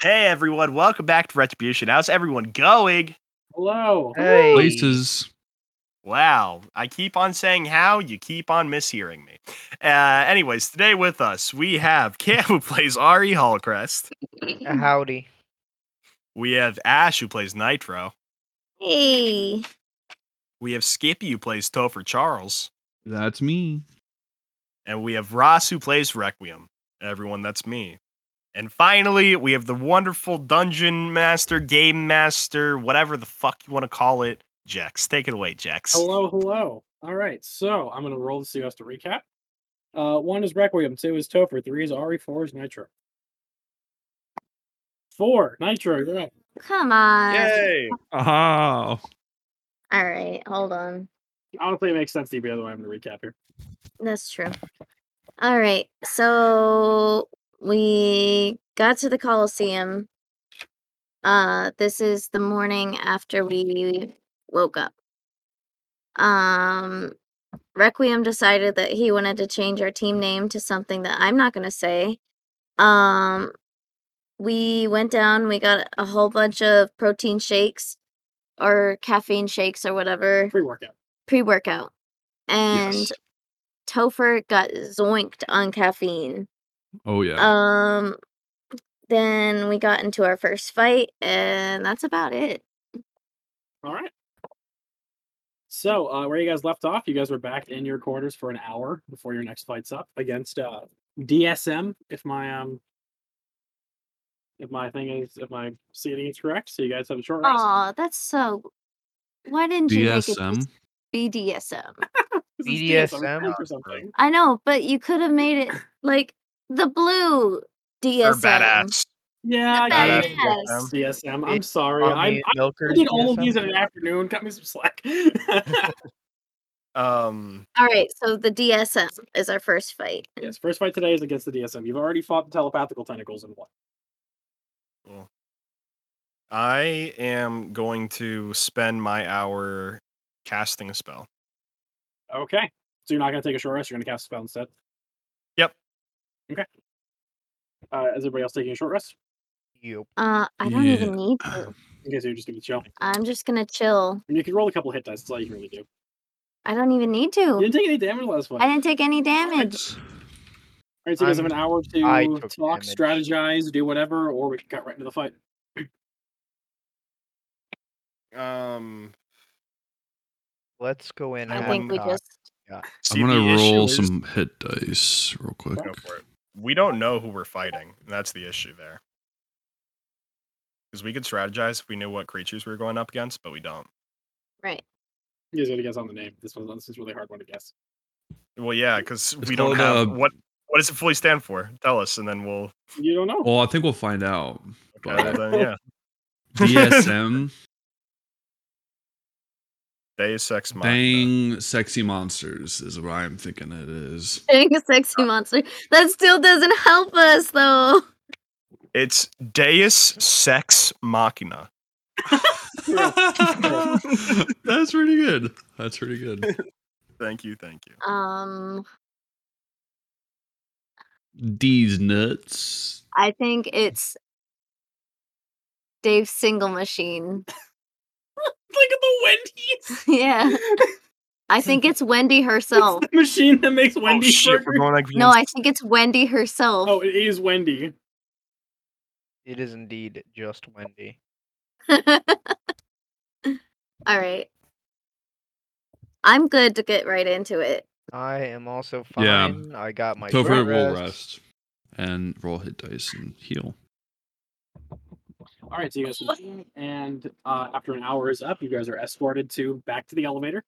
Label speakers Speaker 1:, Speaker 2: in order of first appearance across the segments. Speaker 1: Hey everyone, welcome back to Retribution. How's everyone going?
Speaker 2: Hello.
Speaker 3: Hey.
Speaker 4: Places.
Speaker 1: Wow, I keep on saying how, you keep on mishearing me. Uh, anyways, today with us we have Cam who plays Ari Hallcrest.
Speaker 3: Uh, Howdy.
Speaker 1: We have Ash who plays Nitro.
Speaker 5: Hey.
Speaker 1: We have Skippy who plays Topher Charles,
Speaker 4: That's me.
Speaker 1: and we have Ross who plays Requiem. Everyone, that's me. And finally, we have the wonderful dungeon master, game master, whatever the fuck you want to call it, Jex. Take it away, Jex.
Speaker 2: Hello, hello. All right, so I'm going to roll to see who has to recap. Uh, one is Requiem, two is Topher, three is Ari, four is Nitro. Four, Nitro, you're up.
Speaker 5: Come on.
Speaker 1: Yay!
Speaker 4: Oh.
Speaker 5: All right, hold on.
Speaker 2: Honestly, it makes sense to be the other way I'm going to recap here.
Speaker 5: That's true. All right, so we got to the Coliseum. Uh, this is the morning after we woke up. Um, Requiem decided that he wanted to change our team name to something that I'm not going to say. Um, we went down, we got a whole bunch of protein shakes or caffeine shakes or whatever
Speaker 2: Free workout.
Speaker 5: pre workout. And
Speaker 4: Yes.
Speaker 5: Topher got zoinked on caffeine.
Speaker 4: Oh yeah.
Speaker 5: Um then we got into our first fight and that's about it.
Speaker 2: All right. So, uh, where you guys left off, you guys were back in your quarters for an hour before your next fight's up against uh, DSM. If my um, if my thing is, if my seating is correct, so you guys have a short rest.
Speaker 5: Oh, that's so why didn't you make it
Speaker 4: DSM.
Speaker 5: just BDSM?
Speaker 2: This is DSM
Speaker 3: BDSM?
Speaker 2: or something.
Speaker 5: I know, but you could have made it like the blue
Speaker 1: You're
Speaker 5: DSM.
Speaker 1: badass.
Speaker 2: Yeah, I
Speaker 5: The
Speaker 2: got it.
Speaker 5: badass.
Speaker 2: DSM. I'm
Speaker 3: It's
Speaker 2: sorry.
Speaker 3: Army
Speaker 2: I, I
Speaker 3: milkers
Speaker 2: did all of
Speaker 3: DSM?
Speaker 2: these in an afternoon. Cut me some slack.
Speaker 1: Um,
Speaker 5: All right, so the DSM is our first fight.
Speaker 2: yes, first fight today is against the DSM. You've already fought the telepathical tentacles and won.
Speaker 1: I am going to spend my hour casting a spell.
Speaker 2: Okay. So you're not going to take a short rest. You're going to cast a spell instead.
Speaker 1: Yep.
Speaker 2: Okay. Uh, is everybody else taking a short rest?
Speaker 3: Yup.
Speaker 5: Uh I don't
Speaker 4: Yeah.
Speaker 5: even need to.
Speaker 2: Okay, so you're just going to chill.
Speaker 5: I'm just gonna chill.
Speaker 2: And you can roll a couple hit dice. That's all you can really do.
Speaker 5: I don't even need
Speaker 2: You
Speaker 5: to.
Speaker 2: didn't take any damage last one.
Speaker 5: I didn't take any damage.
Speaker 2: All right, so you guys have an
Speaker 3: I'm-
Speaker 2: hour to
Speaker 3: I
Speaker 2: talk,
Speaker 3: took damage.
Speaker 2: strategize, do whatever, or we can cut right into the fight.
Speaker 1: Um,
Speaker 3: Let's go in.
Speaker 5: I
Speaker 3: hot
Speaker 5: think we
Speaker 3: cock.
Speaker 5: just
Speaker 4: I'm
Speaker 1: see,
Speaker 4: gonna
Speaker 1: the issue
Speaker 4: roll
Speaker 1: is-
Speaker 4: some hit dice real quick.
Speaker 1: Go for it. We don't know who we're fighting. and That's the issue there. Because we could strategize if we knew what creatures we were going up against, but we don't.
Speaker 5: right.
Speaker 2: You guys got to guess on the name. This one, this is a really hard one to guess.
Speaker 1: Well, yeah, because
Speaker 4: It's
Speaker 1: we don't
Speaker 4: called,
Speaker 1: have
Speaker 4: uh,
Speaker 1: what. What does it fully stand for? Tell us, and then we'll.
Speaker 2: You don't know.
Speaker 4: Well, I think we'll find out.
Speaker 1: Okay, well
Speaker 4: But
Speaker 1: then, yeah.
Speaker 4: DSM,
Speaker 1: Deus Ex Machina.
Speaker 4: dang, sexy monsters is what I'm thinking it is.
Speaker 5: Being a sexy monster. That still doesn't help us though.
Speaker 1: It's Deus Sex Machina.
Speaker 4: That's pretty good. That's pretty good.
Speaker 1: Thank you, thank you.
Speaker 5: Um
Speaker 4: These nuts.
Speaker 5: I think it's Dave's single machine.
Speaker 2: Look at the Wendy's.
Speaker 5: yeah. I think it's Wendy herself.
Speaker 2: It's the machine that makes Wendy
Speaker 1: oh shit, we're
Speaker 2: burgers.
Speaker 1: going like
Speaker 5: No, I think it's Wendy herself.
Speaker 2: Oh, it is Wendy.
Speaker 3: It is indeed just Wendy.
Speaker 5: All right. I'm good to get right into it.
Speaker 3: I am also
Speaker 4: Yeah.
Speaker 3: fine. I got my
Speaker 4: Topher
Speaker 3: short
Speaker 4: roll
Speaker 3: rest.
Speaker 4: rest and roll hit dice and heal.
Speaker 2: All right, so you guys, continue, and uh, after an hour is up, you guys are escorted to back to the elevator.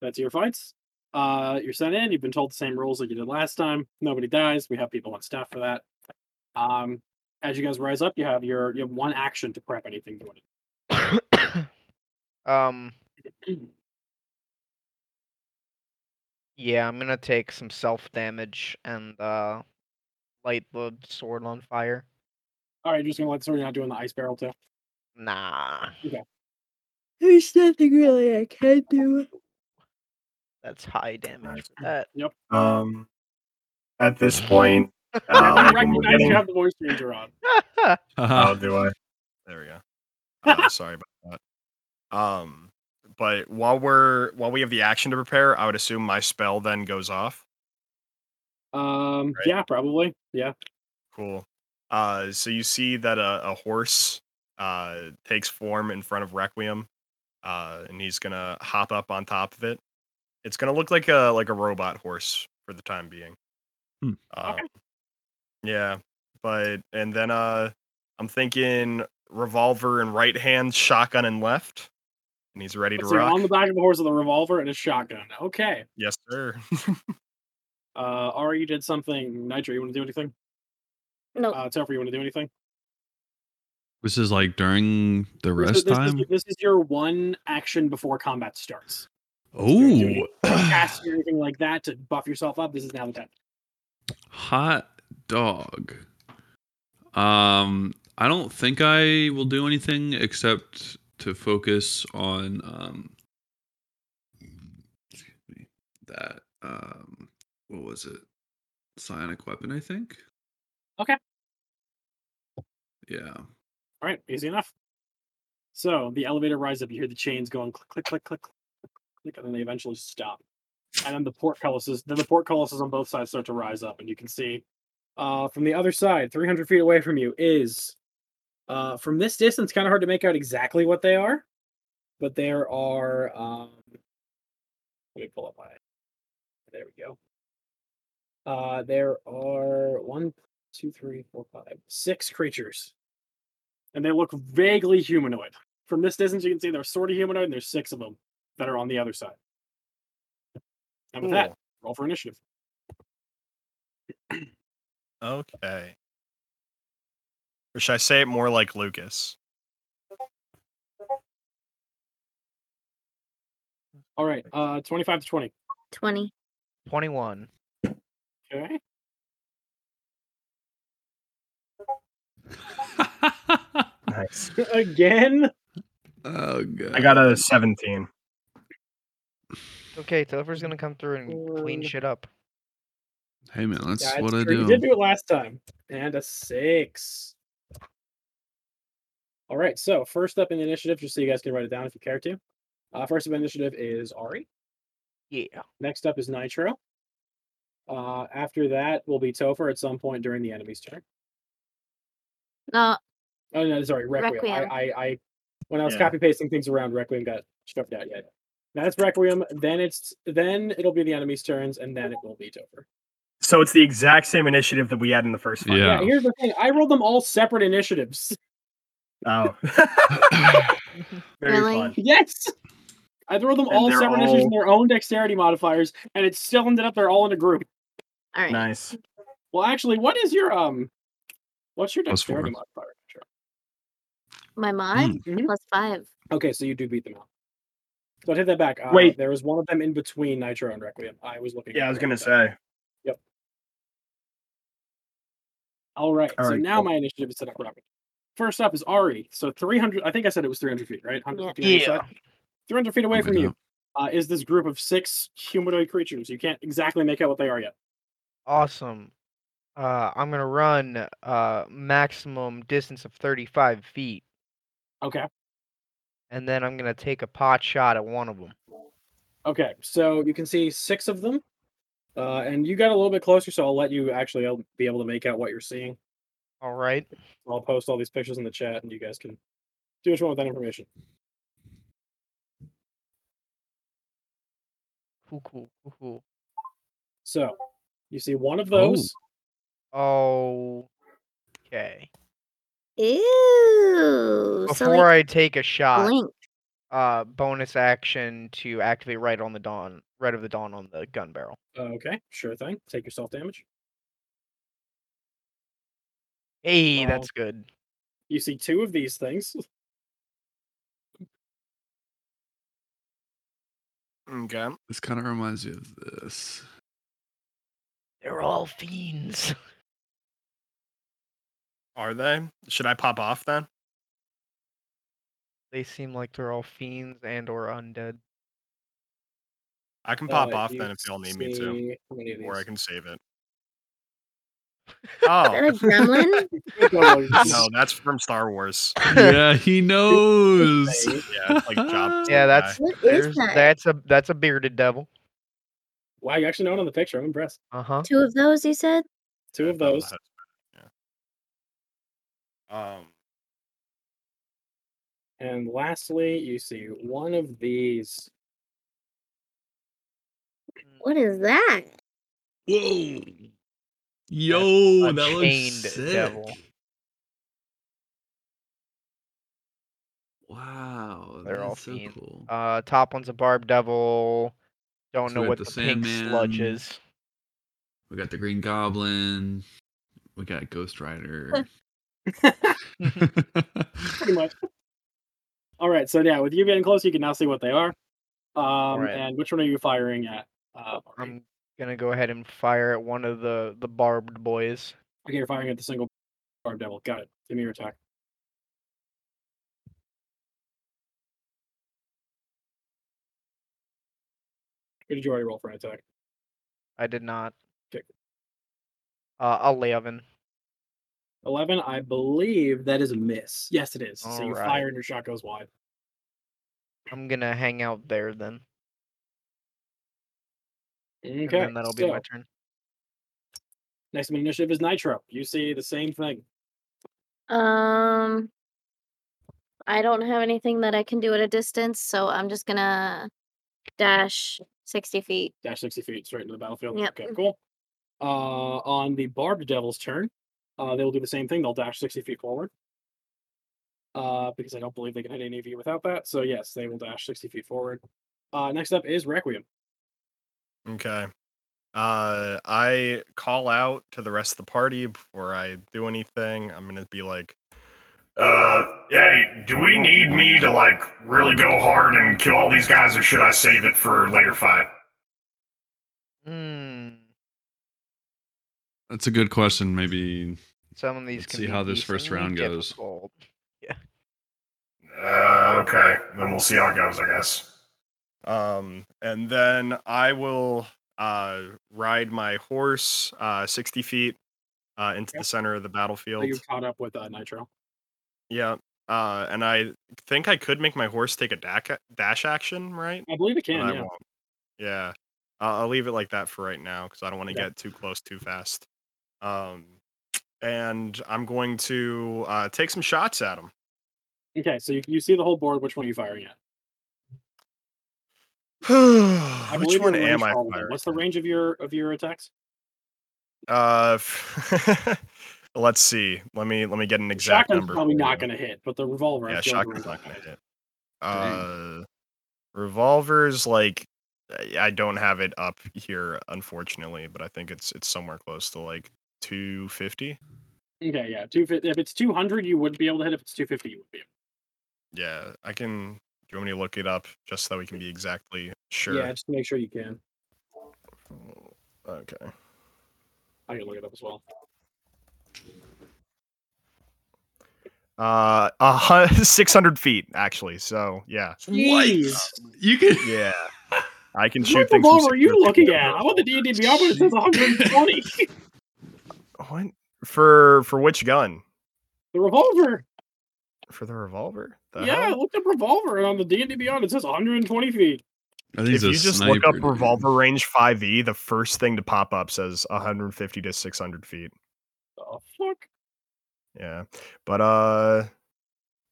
Speaker 2: That's your fights. Uh, you're sent in. You've been told the same rules that you did last time. Nobody dies. We have people on staff for that. Um, as you guys rise up, you have your you have one action to prep anything. You want
Speaker 3: um.
Speaker 2: to do.
Speaker 3: Yeah, I'm gonna take some self damage and uh, light the sword on fire.
Speaker 2: All right, you're just gonna let so you're not doing the ice barrel too.
Speaker 3: Nah,
Speaker 5: There's nothing really I can do.
Speaker 3: that's high damage. for That
Speaker 1: Um, at this uh, point, um,
Speaker 2: I
Speaker 1: we're Oh,
Speaker 2: recognize
Speaker 1: getting-
Speaker 2: you have the voice changer on.
Speaker 1: Oh,
Speaker 4: Haha.
Speaker 1: do I? There we go. Uh, sorry about that. Um, but while we're while we have the action to prepare, I would assume my spell then goes off.
Speaker 2: Um, yeah, probably. Yeah.
Speaker 1: Cool. Uh, so you see that a, a horse uh takes form in front of Requiem, uh, and he's gonna hop up on top of it. It's gonna look like a like a robot horse for the time being.
Speaker 4: Hmm.
Speaker 1: Um, Yeah, but and then uh, I'm thinking revolver in right hand, shotgun in left, and he's ready to
Speaker 2: So you're
Speaker 1: rock.
Speaker 2: on the back of the horse with a revolver and a shotgun. Okay.
Speaker 1: yes, sir.
Speaker 2: Uh, Ari, you did something. Nitro, you want to do anything?
Speaker 5: No.
Speaker 2: Uh, Topher, you want to do anything?
Speaker 4: This is like during
Speaker 2: This is-
Speaker 4: the rest
Speaker 2: this, is-
Speaker 4: time.
Speaker 2: this is your one action before combat starts.
Speaker 4: Oh,
Speaker 2: Cast or anything like that to buff yourself up. This is now the time.
Speaker 4: hot dog. Um, I don't think I will do anything except to focus on um, excuse me, that um, what was it? Psionic weapon, I think.
Speaker 2: Okay.
Speaker 4: Yeah.
Speaker 2: All right, easy enough. So the elevator rises up. You hear the chains going click, click, click, click, click, click, click, and then they eventually stop. And then the portcullises, then the portcullises on both sides start to rise up, and you can see uh, from the other side, 300 feet away from you, is uh, from this distance kind of hard to make out exactly what they are, but there are. Um, let me pull up my. There we go. Uh, there are one, two, three, four, five, six creatures and they look vaguely humanoid. From this distance, you can see they're sort of humanoid, and there's six of them that are on the other side. And with that,
Speaker 1: Cool.
Speaker 2: roll for initiative.
Speaker 1: Okay. Or should I say it more like Lucas?
Speaker 2: All right, uh, 25 to 20.
Speaker 5: 20.
Speaker 3: 21.
Speaker 2: Okay.
Speaker 1: Nice.
Speaker 2: Again?
Speaker 4: oh god.
Speaker 1: I got a 17.
Speaker 3: It's Okay, Topher's gonna come through and clean
Speaker 2: One.
Speaker 3: shit up.
Speaker 4: Hey man, that's
Speaker 2: Yeah,
Speaker 4: what I
Speaker 2: true. You
Speaker 4: do.
Speaker 2: did do it last time. And a six. All right, so first up in the initiative, just so you guys can write it down if you care to. Uh, first up in initiative is Ari.
Speaker 3: Yeah.
Speaker 2: Next up is Nitro. Uh, after that will be Topher at some point during the enemy's turn.
Speaker 5: No,
Speaker 2: Oh no, sorry, Requiem.
Speaker 5: Requiem.
Speaker 2: I, I, I, when I was
Speaker 1: Yeah.
Speaker 2: copy pasting things around, Requiem got shoved out. Yet now it's Requiem. Then it's then it'll be the enemy's turns, and then it will be Topher.
Speaker 1: So it's the exact same initiative that we had in the first fight.
Speaker 4: Yeah.
Speaker 2: Yeah. Here's the thing: I rolled them all separate initiatives.
Speaker 1: Oh. Very
Speaker 5: Really?
Speaker 1: fun.
Speaker 2: Yes. I throw them
Speaker 1: And
Speaker 2: all
Speaker 1: they're
Speaker 2: separate initiatives
Speaker 1: all-
Speaker 2: in their own dexterity modifiers, and it still ended up they're all in a group.
Speaker 5: all right.
Speaker 1: Nice.
Speaker 2: Well, actually, what is your um, what's your
Speaker 4: Plus four.
Speaker 2: dexterity modifier? Sure.
Speaker 5: My mod
Speaker 2: Mhm.
Speaker 5: plus five.
Speaker 2: Okay, so you do beat them out. So I take that back. Uh,
Speaker 1: Wait.
Speaker 2: there was one of them in between Nitro and Requiem. I was looking.
Speaker 1: Yeah,
Speaker 2: at
Speaker 1: I was
Speaker 2: Requiem,
Speaker 1: gonna
Speaker 2: so-
Speaker 1: say.
Speaker 2: All right.
Speaker 1: All
Speaker 2: so
Speaker 1: right,
Speaker 2: now
Speaker 1: cool.
Speaker 2: my initiative is set up. Robert. First up is Ari. So 300. I think I said it was 300 feet, right? 100
Speaker 5: Yeah.
Speaker 2: feet on each side? 300 feet
Speaker 1: Oh
Speaker 2: away
Speaker 4: Something
Speaker 2: from
Speaker 4: like
Speaker 2: you uh, is this group of six humanoid creatures. You can't exactly make out what they are yet.
Speaker 3: Awesome. Uh, I'm gonna run uh maximum distance of 35 feet,
Speaker 2: Okay.
Speaker 3: and then I'm gonna take a pot shot at one of them.
Speaker 2: Okay. So you can see six of them. Uh, and you got a little bit closer, so I'll let you actually uh, be able to make out what you're seeing.
Speaker 3: All right.
Speaker 2: I'll post all these pictures in the chat, and you guys can do what you want with that information.
Speaker 3: Cool. Cool. Cool. cool.
Speaker 2: So you see one of
Speaker 4: Oh.
Speaker 2: those.
Speaker 3: Oh. Okay.
Speaker 5: Ew.
Speaker 3: Before
Speaker 5: so like
Speaker 3: I take a shot,
Speaker 5: blink.
Speaker 3: uh, bonus action to activate right on the dawn, right of the dawn on the gun barrel.
Speaker 2: Okay, sure thing. Take yourself damage.
Speaker 3: Hey,
Speaker 2: Wow.
Speaker 3: that's good.
Speaker 2: You see two of these things.
Speaker 1: Okay.
Speaker 4: This kind of reminds me of this.
Speaker 3: They're all fiends.
Speaker 1: Are they? Should I pop off then?
Speaker 3: They seem like they're all fiends and or undead.
Speaker 1: I can pop
Speaker 2: Uh,
Speaker 1: off
Speaker 2: you
Speaker 1: then if y'all need me to.
Speaker 2: see- Uh, how many of
Speaker 1: Or I
Speaker 2: these?
Speaker 1: can save it.
Speaker 5: Is that
Speaker 1: Oh
Speaker 5: a gremlin?
Speaker 1: no, that's from Star Wars.
Speaker 4: yeah, he knows.
Speaker 1: Yeah, it's like job.
Speaker 3: Yeah, that's
Speaker 5: what is
Speaker 3: there's,
Speaker 5: that?
Speaker 3: that's a that's a bearded devil.
Speaker 2: Wow, you actually know it on the picture. I'm impressed.
Speaker 3: Uh huh.
Speaker 5: Two of those, you said?
Speaker 2: Two of those.
Speaker 1: Um,
Speaker 2: And lastly, you see one of these.
Speaker 3: Mm.
Speaker 5: What is that?
Speaker 4: Whoa. Yo,
Speaker 3: a
Speaker 4: that
Speaker 3: chained
Speaker 4: looks sick.
Speaker 3: devil.
Speaker 4: Wow,
Speaker 3: They're all
Speaker 4: that's so
Speaker 3: fiends.
Speaker 4: cool.
Speaker 3: Uh, top one's a barb devil. Don't
Speaker 4: So
Speaker 3: know
Speaker 4: we
Speaker 3: what
Speaker 4: got the
Speaker 3: the, pink sludge
Speaker 4: Sandman.
Speaker 3: is.
Speaker 4: we got the Green Goblin. We got Ghost Rider.
Speaker 2: pretty much. All right, so yeah, with you getting close, you can now see what they are. Um,
Speaker 3: right.
Speaker 2: and which one are you firing at? Uh, Marty?
Speaker 3: I'm gonna go ahead and fire at one of the the barbed boys.
Speaker 2: okay, you're firing at the single barb devil. Got it. Give me your attack. What did you already roll for an attack?
Speaker 3: I did not.
Speaker 2: Okay.
Speaker 3: Uh, eleven.
Speaker 2: Eleven,
Speaker 1: Mm-hmm.
Speaker 2: I believe that is a miss. Yes, it is. so you
Speaker 3: Alright.
Speaker 2: fire and your shot goes wide.
Speaker 3: I'm gonna hang out there then,
Speaker 2: Okay,
Speaker 3: and then that'll be my
Speaker 2: so-
Speaker 3: turn.
Speaker 2: Next initiative is Nitro. You see the same thing.
Speaker 5: Um, I don't have anything that I can do at a distance, so I'm just gonna dash 60 feet.
Speaker 2: Dash 60 feet straight into the battlefield.
Speaker 5: Yep.
Speaker 2: Okay, cool. Uh, on the Barbed Devil's turn, uh, they'll do the same thing. They'll dash 60 feet forward. Uh, because I don't believe they can hit any of you without that. So, yes, they will dash 60 feet forward. Uh, next up is Requiem.
Speaker 1: okay. Uh, I call out to the rest of the party before I do anything. I'm gonna be like,
Speaker 6: Uh, hey, do we need me to like really go hard and kill all these guys, or should I save it for a later fight?
Speaker 3: Hmm.
Speaker 4: That's a good question. Maybe
Speaker 3: Some of these
Speaker 4: Let's
Speaker 3: can
Speaker 4: see
Speaker 3: be
Speaker 4: how this first
Speaker 3: decently
Speaker 4: round goes.
Speaker 3: difficult.
Speaker 6: Uh, okay, then we'll see how it goes, I guess.
Speaker 1: um, and then I will uh ride my horse uh 60 feet uh into the
Speaker 2: Yep.
Speaker 1: center of the
Speaker 2: So
Speaker 1: battlefield.
Speaker 2: you've caught up with uh, Nitro.
Speaker 1: Yeah. Uh, and I think I could make my horse take a dac- dash action, right?
Speaker 2: I believe
Speaker 1: But
Speaker 2: it can.
Speaker 1: I
Speaker 2: yeah.
Speaker 1: won't. Yeah. I'll I'll leave it like that for right now because I don't want to
Speaker 2: Okay.
Speaker 1: get too close too fast. Um, and I'm going to uh, take some shots at him.
Speaker 2: Okay, so you, you see the whole board. Which one are you firing at?
Speaker 1: Which
Speaker 2: believe
Speaker 1: one
Speaker 2: your range
Speaker 1: am I
Speaker 2: for all of them.
Speaker 1: firing?
Speaker 2: What's the range of your of your attacks?
Speaker 1: Uh, f- let's see. Let me let me get an
Speaker 2: The
Speaker 1: exact
Speaker 2: Shotgun's
Speaker 1: number.
Speaker 2: probably
Speaker 1: for
Speaker 2: not
Speaker 1: you.
Speaker 2: going to hit, but the revolver. I'm
Speaker 1: Yeah,
Speaker 2: sure
Speaker 1: shotgun's
Speaker 2: everyone's
Speaker 1: not
Speaker 2: gonna
Speaker 1: gonna hit.
Speaker 4: Dang.
Speaker 1: Uh, revolvers like I- I don't have it up here, unfortunately, but I think it's it's somewhere close to like 250.
Speaker 2: Okay, yeah. Two, fif- if it's 200, you would be able to hit. If it's 250, you would be able
Speaker 1: Yeah, I can. Do you want me to look it up just so we can be exactly sure?
Speaker 2: Yeah, just make sure you can.
Speaker 1: Okay.
Speaker 2: I can look it up as well.
Speaker 1: Uh, a hun- 600 feet actually. So yeah,
Speaker 4: You can.
Speaker 1: yeah, I can shoot
Speaker 2: What
Speaker 1: things. from
Speaker 2: revolver are you
Speaker 1: 600 feet.
Speaker 2: looking at? I want the D&D Beyond one that says 120.
Speaker 1: What for? For which gun?
Speaker 2: the revolver.
Speaker 1: For the revolver? The
Speaker 2: yeah, I
Speaker 1: hell?
Speaker 2: looked up revolver, and on the D&D Beyond it says 120 feet.
Speaker 4: I think
Speaker 1: If
Speaker 4: he's a
Speaker 1: you just look up
Speaker 4: sniper, dude.
Speaker 1: revolver range 5e, the first thing to pop up says 150 to 600 feet.
Speaker 2: Oh, fuck.
Speaker 1: Yeah, but uh,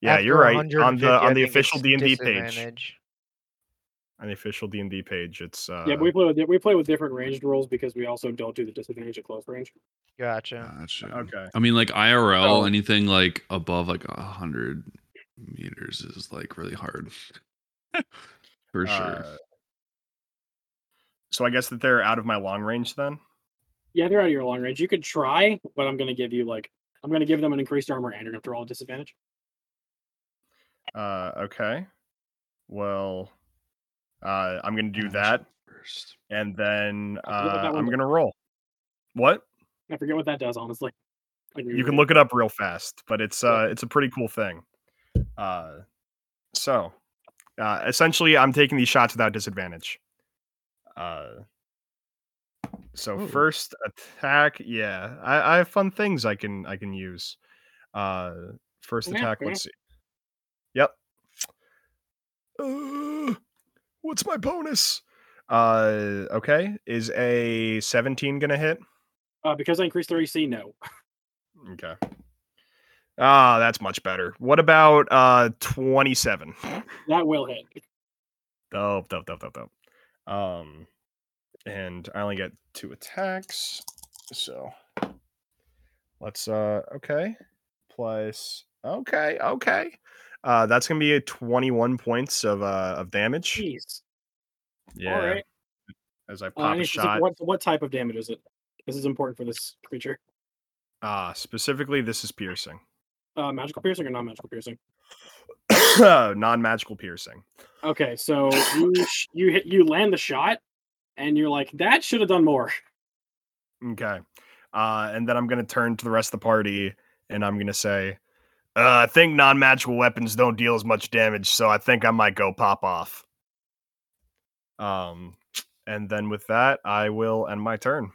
Speaker 1: yeah,
Speaker 3: After
Speaker 1: you're right. On
Speaker 3: 150,
Speaker 1: the
Speaker 3: I
Speaker 1: on the
Speaker 3: think it's
Speaker 1: official D and D page,
Speaker 3: disadvantage.
Speaker 1: on the official D and D page, it's uh,
Speaker 2: yeah, but we play, with, we play with different ranged rolls because we also don't do the disadvantage at close range.
Speaker 3: Gotcha.
Speaker 4: Gotcha.
Speaker 1: okay.
Speaker 4: Ah, I mean, like IRL,
Speaker 2: So-
Speaker 4: anything like above like a hundred meters is like really hard. For sure.
Speaker 1: uh, so I guess that they're out of my long range then.
Speaker 2: Yeah, they're out of your long range. You could try, but I'm going to give you, like, I'm going to give them an increased armor and you're going to roll a disadvantage.
Speaker 1: Uh, okay. Well, uh, I'm gonna do
Speaker 4: Gosh,
Speaker 1: that,
Speaker 4: First.
Speaker 1: and then
Speaker 2: I forget what
Speaker 1: uh,
Speaker 2: that one
Speaker 1: I'm
Speaker 2: does.
Speaker 1: gonna roll. What?
Speaker 2: I forget what that does, honestly. Like,
Speaker 1: you can look it up real fast but it's uh
Speaker 2: Yeah.
Speaker 1: it's a pretty cool thing uh so uh essentially i'm taking these shots without disadvantage uh So
Speaker 3: Ooh.
Speaker 1: first attack, yeah. I, I have fun things I can I can use. Uh first
Speaker 2: Yeah,
Speaker 1: attack,
Speaker 2: yeah.
Speaker 1: let's see. Yep. Uh, what's my bonus? Uh okay. Is a 17 gonna hit?
Speaker 2: Uh, because I increased their AC, no.
Speaker 1: Okay. Ah, that's much better. What about uh 27?
Speaker 2: That will hit.
Speaker 1: Dope, dope, dope, dope, dope. Um, and I only get two attacks, so let's uh, okay, plus okay, okay. Uh, that's gonna be a 21 points of uh of damage.
Speaker 2: Jeez.
Speaker 1: Yeah,
Speaker 2: All right.
Speaker 1: as I
Speaker 2: Uh,
Speaker 1: pop
Speaker 2: and
Speaker 1: a
Speaker 2: it's just-
Speaker 1: shot.
Speaker 2: What, what type of damage is it? This is important for this creature.
Speaker 1: Ah, specifically, this is piercing,
Speaker 2: Uh, magical piercing or non magical piercing?
Speaker 1: non magical piercing.
Speaker 2: Okay, so you sh- you hit you land the shot, and you're like, that should have done more.
Speaker 1: Okay. Uh, and then I'm going to turn to the rest of the party and I'm going to say, uh, I think non magical weapons don't deal as much damage, so I think I might go pop off. Um, and then with that, I will end my turn.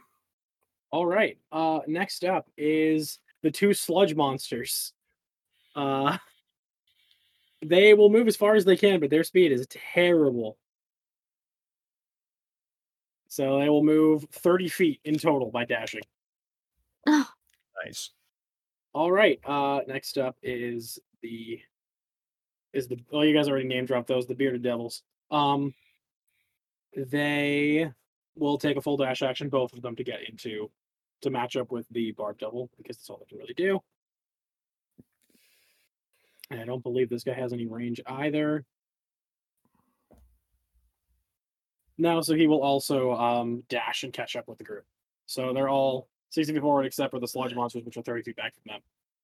Speaker 2: All right. Uh, next up is the two sludge monsters. Uh, they will move as far as they can, but their speed is terrible. So they will move 30 feet in total by dashing.
Speaker 1: Nice.
Speaker 2: All right. Uh, next up is the is the well, you guys already name dropped those the bearded devils. Um, they will take a full dash action, both of them, to get into to match up with the barb devil because that's all they can really do. And I don't believe this guy has any range either. No, so he will also um, dash and catch up with the group. So they're all 60 feet forward except for the sludge monsters, which are 30 feet back from them.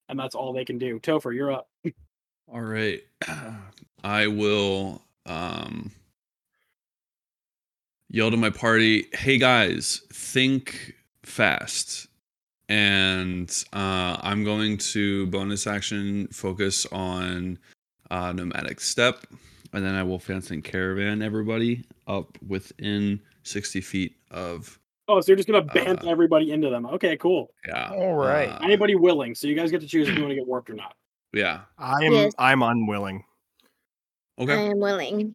Speaker 2: And that's all they can do. Topher, you're up.
Speaker 4: All right. I will um yell to my party, "Hey guys, think fast." And uh I'm going to bonus action focus on uh nomadic step and then I will fence and caravan everybody up within 60 feet of
Speaker 2: Oh, so you're just going to bant
Speaker 4: Uh,
Speaker 2: everybody into them. Okay, cool.
Speaker 4: yeah.
Speaker 3: All right.
Speaker 4: uh,
Speaker 2: Anybody willing. So you guys get to choose if you want to get warped or not.
Speaker 4: Yeah.
Speaker 1: I am
Speaker 5: Yes.
Speaker 1: I'm unwilling.
Speaker 5: I
Speaker 4: Okay.
Speaker 5: am willing.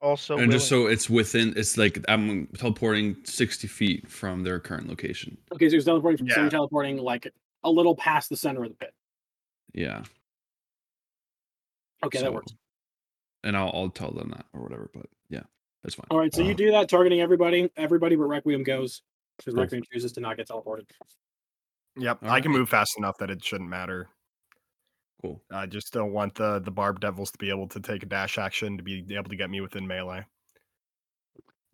Speaker 3: Also,
Speaker 4: and just
Speaker 3: willing-
Speaker 4: so it's within it's like I'm teleporting 60 feet from their current location.
Speaker 2: Okay, so you're teleporting from so you're
Speaker 1: Yeah.
Speaker 2: teleporting like a little past the center of the pit.
Speaker 4: Yeah.
Speaker 2: Okay,
Speaker 4: so-
Speaker 2: that works.
Speaker 4: And I'll I'll tell them that or whatever, but yeah, that's fine.
Speaker 2: All right, so you
Speaker 4: Uh,
Speaker 2: do that, targeting everybody, everybody but Requiem goes because
Speaker 4: Cool.
Speaker 2: Requiem chooses to not get teleported.
Speaker 1: Yep.
Speaker 4: All
Speaker 1: I can
Speaker 4: right.
Speaker 1: move fast enough that it shouldn't matter.
Speaker 4: cool.
Speaker 1: I just don't want the the barb devils to be able to take a dash action to be able to get me within melee.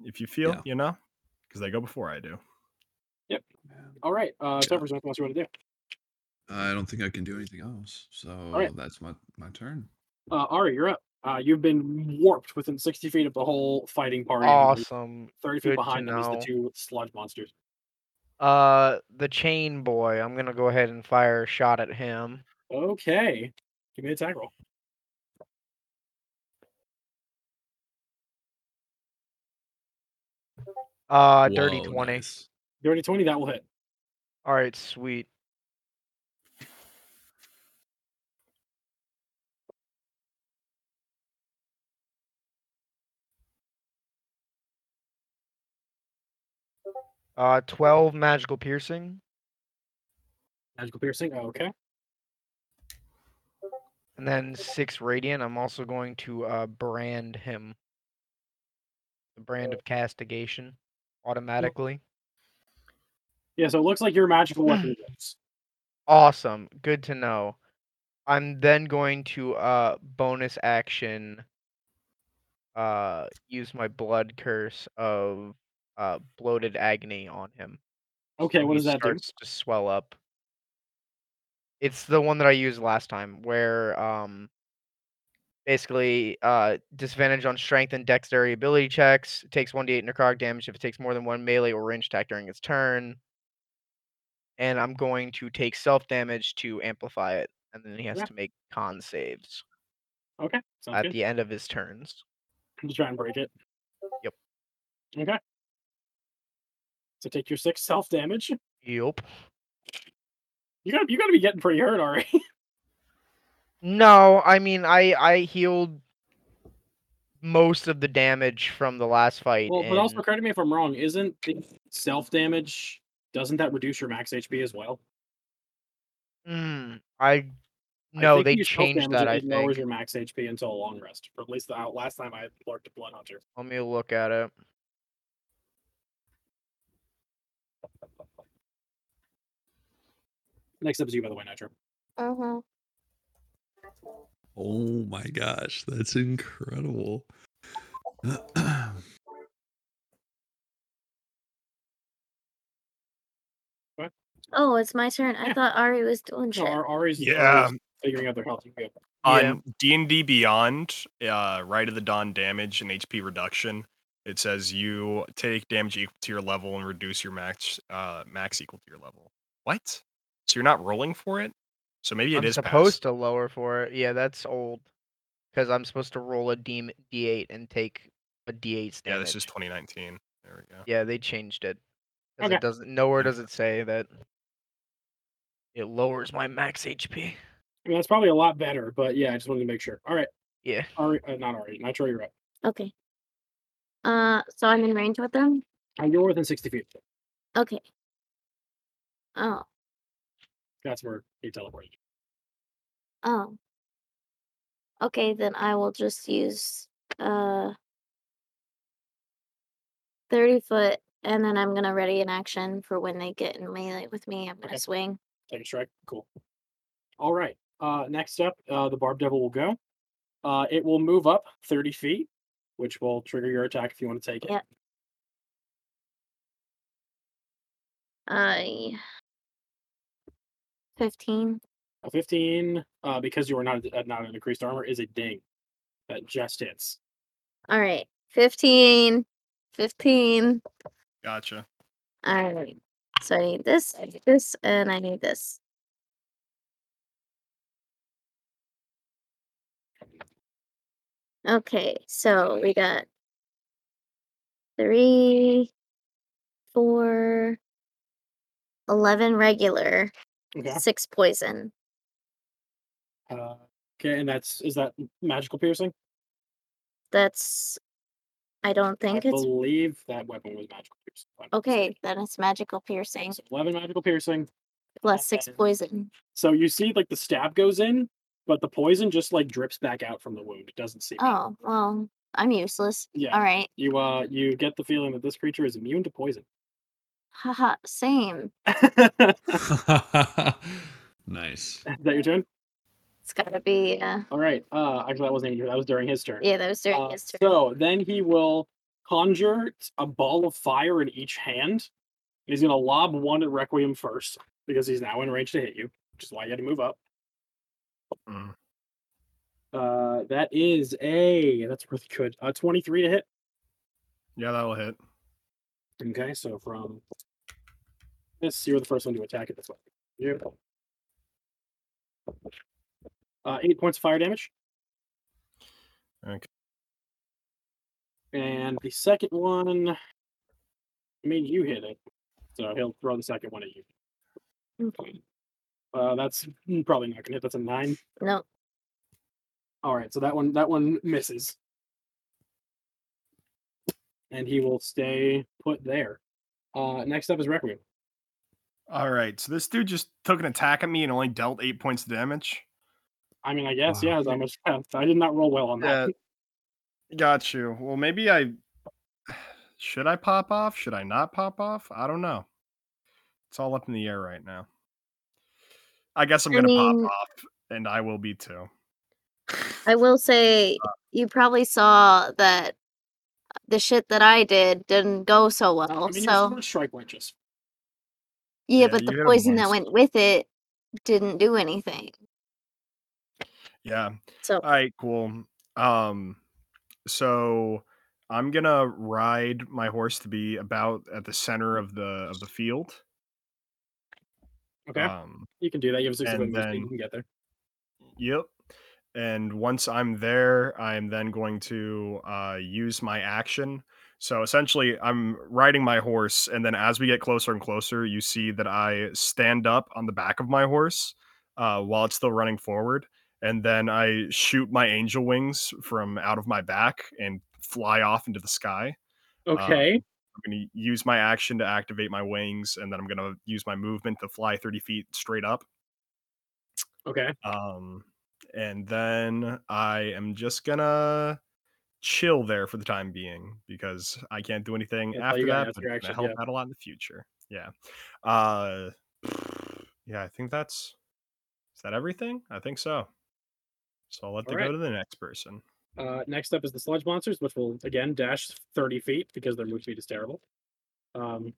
Speaker 1: If you feel,
Speaker 4: Yeah.
Speaker 1: you know, because they go before I do.
Speaker 2: All right, uh, Topher's nothing else you want to do.
Speaker 4: I don't think I can do anything else. So
Speaker 2: right.
Speaker 4: that's my my turn.
Speaker 2: Uh, Ari, you're up. Uh, you've been warped within 60 feet of the whole fighting party. Everybody-
Speaker 3: awesome.
Speaker 2: 30
Speaker 3: Good
Speaker 2: feet
Speaker 3: to
Speaker 2: behind them is the
Speaker 3: know.
Speaker 2: two sludge monsters.
Speaker 3: Uh, the chain boy. I'm gonna go ahead and fire a shot at him.
Speaker 2: Okay. Give me an attack roll.
Speaker 3: Uh, dirty
Speaker 4: Whoa,
Speaker 3: twenty.
Speaker 4: nice.
Speaker 2: Dirty 20, that will hit.
Speaker 3: All right, sweet. Uh, twelve magical piercing,
Speaker 2: Magical piercing. Oh, okay.
Speaker 3: and then six radiant. I'm also going to uh brand him. The brand of castigation, automatically.
Speaker 2: Yeah, so it looks like your magical weapon
Speaker 3: Hmm.
Speaker 2: is.
Speaker 3: Awesome. Good to know. I'm then going to uh bonus action uh use my blood curse of uh bloated agony on him.
Speaker 2: Okay,
Speaker 3: so
Speaker 2: what
Speaker 3: he
Speaker 2: does that do?
Speaker 3: starts to swell up. It's the one that I used last time where um basically uh disadvantage on strength and dexterity ability checks, it takes 1d8 necrotic damage if it takes more than one melee or range attack during its turn. And I'm going to take self damage to amplify it, and then he has
Speaker 2: Yeah.
Speaker 3: to make con saves
Speaker 2: Okay, sounds
Speaker 3: at
Speaker 2: good.
Speaker 3: the end of his turns.
Speaker 2: Just try and break it.
Speaker 3: Yep.
Speaker 2: Okay. So take your six self damage.
Speaker 3: Yup.
Speaker 2: You gotta you gotta be getting pretty hurt already.
Speaker 3: No, I mean I I healed most of the damage from the last fight.
Speaker 2: well, but also
Speaker 3: and-
Speaker 2: correct me if I'm wrong. Isn't self damage? Doesn't that reduce your max HP as well?
Speaker 3: Mm, I
Speaker 2: I
Speaker 3: no,
Speaker 2: think
Speaker 3: they
Speaker 2: you
Speaker 3: changed
Speaker 2: self-damage,
Speaker 3: that.
Speaker 2: It
Speaker 3: I
Speaker 2: it lowers
Speaker 3: think.
Speaker 2: your max HP until a long rest. Or at least the out last time I looked at Blood Hunter.
Speaker 3: Let me look at it.
Speaker 2: Next up is you, by the way, Nitro.
Speaker 5: Uh-huh.
Speaker 4: Oh my gosh, that's incredible.
Speaker 5: Oh, it's my turn. I
Speaker 2: Yeah.
Speaker 5: thought Ari was doing
Speaker 2: No,
Speaker 5: shit.
Speaker 2: Ar- Ari's
Speaker 1: Yeah.
Speaker 2: Ari's figuring out their health. You go.
Speaker 3: Yeah.
Speaker 1: on D and D Beyond, uh, Right of the Dawn damage and HP reduction. It says you take damage equal to your level and reduce your max uh, max equal to your level. What? So you're not rolling for it? So maybe it
Speaker 3: I'm
Speaker 1: is
Speaker 3: supposed to lower for it. Yeah, that's old. Because I'm supposed to roll a D D8 and take a D8 damage.
Speaker 1: past. Yeah, this is 2019. There we go.
Speaker 3: Yeah, they changed it. 'Cause
Speaker 2: Okay.
Speaker 3: It doesn't. Nowhere does it say that it lowers my max HP.
Speaker 2: I mean, that's probably a lot better, but yeah, I just wanted to make sure. All right.
Speaker 3: Yeah.
Speaker 2: Ari, uh, not Ari. Nitro, you're up.
Speaker 5: Okay. Uh, so I'm in range with them.
Speaker 2: Uh, You're within 60 feet.
Speaker 5: Okay. Oh,
Speaker 2: That's where he teleported.
Speaker 5: oh. Okay, then I will just use uh thirty foot, and then I'm gonna ready an action for when they get in melee with me. I'm gonna
Speaker 2: Okay.
Speaker 5: swing.
Speaker 2: Take a strike. Cool. All right. Uh, next up, uh, the Barb Devil will go. Uh, it will move up 30 feet, which will trigger your attack if you want to take it.
Speaker 5: Yep. I fifteen.
Speaker 2: A 15, uh, because you are not uh, not an increased armor, is a ding that just hits.
Speaker 5: All right, fifteen. Fifteen.
Speaker 1: Gotcha.
Speaker 5: All right. So I need this, I need this, and I need this. Okay, so we got three, four, 11 regular,
Speaker 2: Okay.
Speaker 5: six poison.
Speaker 2: Uh, okay, and that's is that magical piercing?
Speaker 5: That's, I don't think
Speaker 2: I
Speaker 5: it's.
Speaker 2: believe that weapon was magical piercing. if I'm not mistaken.
Speaker 5: Okay, then it's magical piercing
Speaker 2: So 11 magical piercing.
Speaker 5: plus six
Speaker 2: then-
Speaker 5: poison.
Speaker 2: So you see, like the stab goes in, but the poison just like drips back out from the wound. It doesn't seep. out.
Speaker 5: Oh, well, I'm useless.
Speaker 2: yeah.
Speaker 5: All right.
Speaker 2: You uh, you get the feeling that this creature is immune to poison.
Speaker 5: Haha, same.
Speaker 2: Is
Speaker 4: nice.
Speaker 2: that your turn?
Speaker 5: It's gotta be, uh,
Speaker 2: All right. Uh, actually, that wasn't even your- that was during his turn.
Speaker 5: yeah, that was during
Speaker 2: Uh,
Speaker 5: his turn.
Speaker 2: So then he will conjure a ball of fire in each hand. He's gonna lob one at Requiem first because he's now in range to hit you, which is why you had to move up.
Speaker 1: Mhm.
Speaker 2: Uh, that is a that's really good. Uh, twenty three to hit.
Speaker 1: Yeah, that'll hit.
Speaker 2: Okay, so from this, you're the first one to attack it this way. Yep. Uh, eight points of fire damage.
Speaker 1: Okay.
Speaker 2: And the second one, I mean, you hit it, so he'll throw the second one at you.
Speaker 5: Okay.
Speaker 2: Uh, that's probably not gonna hit. That's a nine.
Speaker 5: No.
Speaker 2: All right, so that one that one misses, and he will stay put there. Uh, next up is Requiem.
Speaker 1: All right. So this dude just took an attack at me and only dealt eight points of damage.
Speaker 2: I mean, I guess
Speaker 4: Wow.
Speaker 2: yeah. as I must have. I did not roll well on that.
Speaker 1: Got you. Well, maybe I should I pop off? Should I not pop off? I don't know. It's all up in the air right now. I guess I'm
Speaker 5: I
Speaker 1: gonna
Speaker 5: mean-
Speaker 1: pop off, and I will be too.
Speaker 5: I will say
Speaker 2: Uh.
Speaker 5: you probably saw that uh, the shit that I did didn't go so well.
Speaker 2: I mean, you
Speaker 5: so
Speaker 2: scored strike witches.
Speaker 5: yeah,
Speaker 1: Yeah,
Speaker 5: but
Speaker 1: you
Speaker 5: the
Speaker 1: hit 'em
Speaker 5: poison that
Speaker 1: once.
Speaker 5: went with it didn't do anything.
Speaker 1: Yeah.
Speaker 5: So
Speaker 2: Uh,
Speaker 1: All right. Cool. Um. So I'm gonna ride my horse to be about at the center of the of the field.
Speaker 2: Okay,
Speaker 1: Um.
Speaker 2: you can do that. You have six
Speaker 1: and
Speaker 2: foot movement,
Speaker 1: then-
Speaker 2: you can get there.
Speaker 1: Yep. And once I'm there, I'm then going to uh, use my action So essentially, I'm riding my horse, and then as we get closer and closer, you see that I stand up on the back of my horse uh, while it's still running forward, and then I shoot my angel wings from out of my back and fly off into the sky. uh,
Speaker 2: Okay.
Speaker 1: I'm going to use my action to activate my wings, and then I'm going to use my movement to fly 30 feet straight up.
Speaker 2: okay.
Speaker 1: Um, and then I am just gonna chill there for the time being because I can't do anything
Speaker 2: Yeah, I thought
Speaker 1: after
Speaker 2: you were gonna
Speaker 1: that.
Speaker 2: ask
Speaker 1: But
Speaker 2: your
Speaker 1: it's gonna
Speaker 2: action,
Speaker 1: help
Speaker 2: yeah.
Speaker 1: out a lot in the future. Yeah. Uh, yeah, I think that's is that everything? I think so. So I'll let that
Speaker 2: Alright.
Speaker 1: go to the next person.
Speaker 2: Uh, next up is the sludge monsters, which will again dash 30 feet because their move speed is terrible. Um,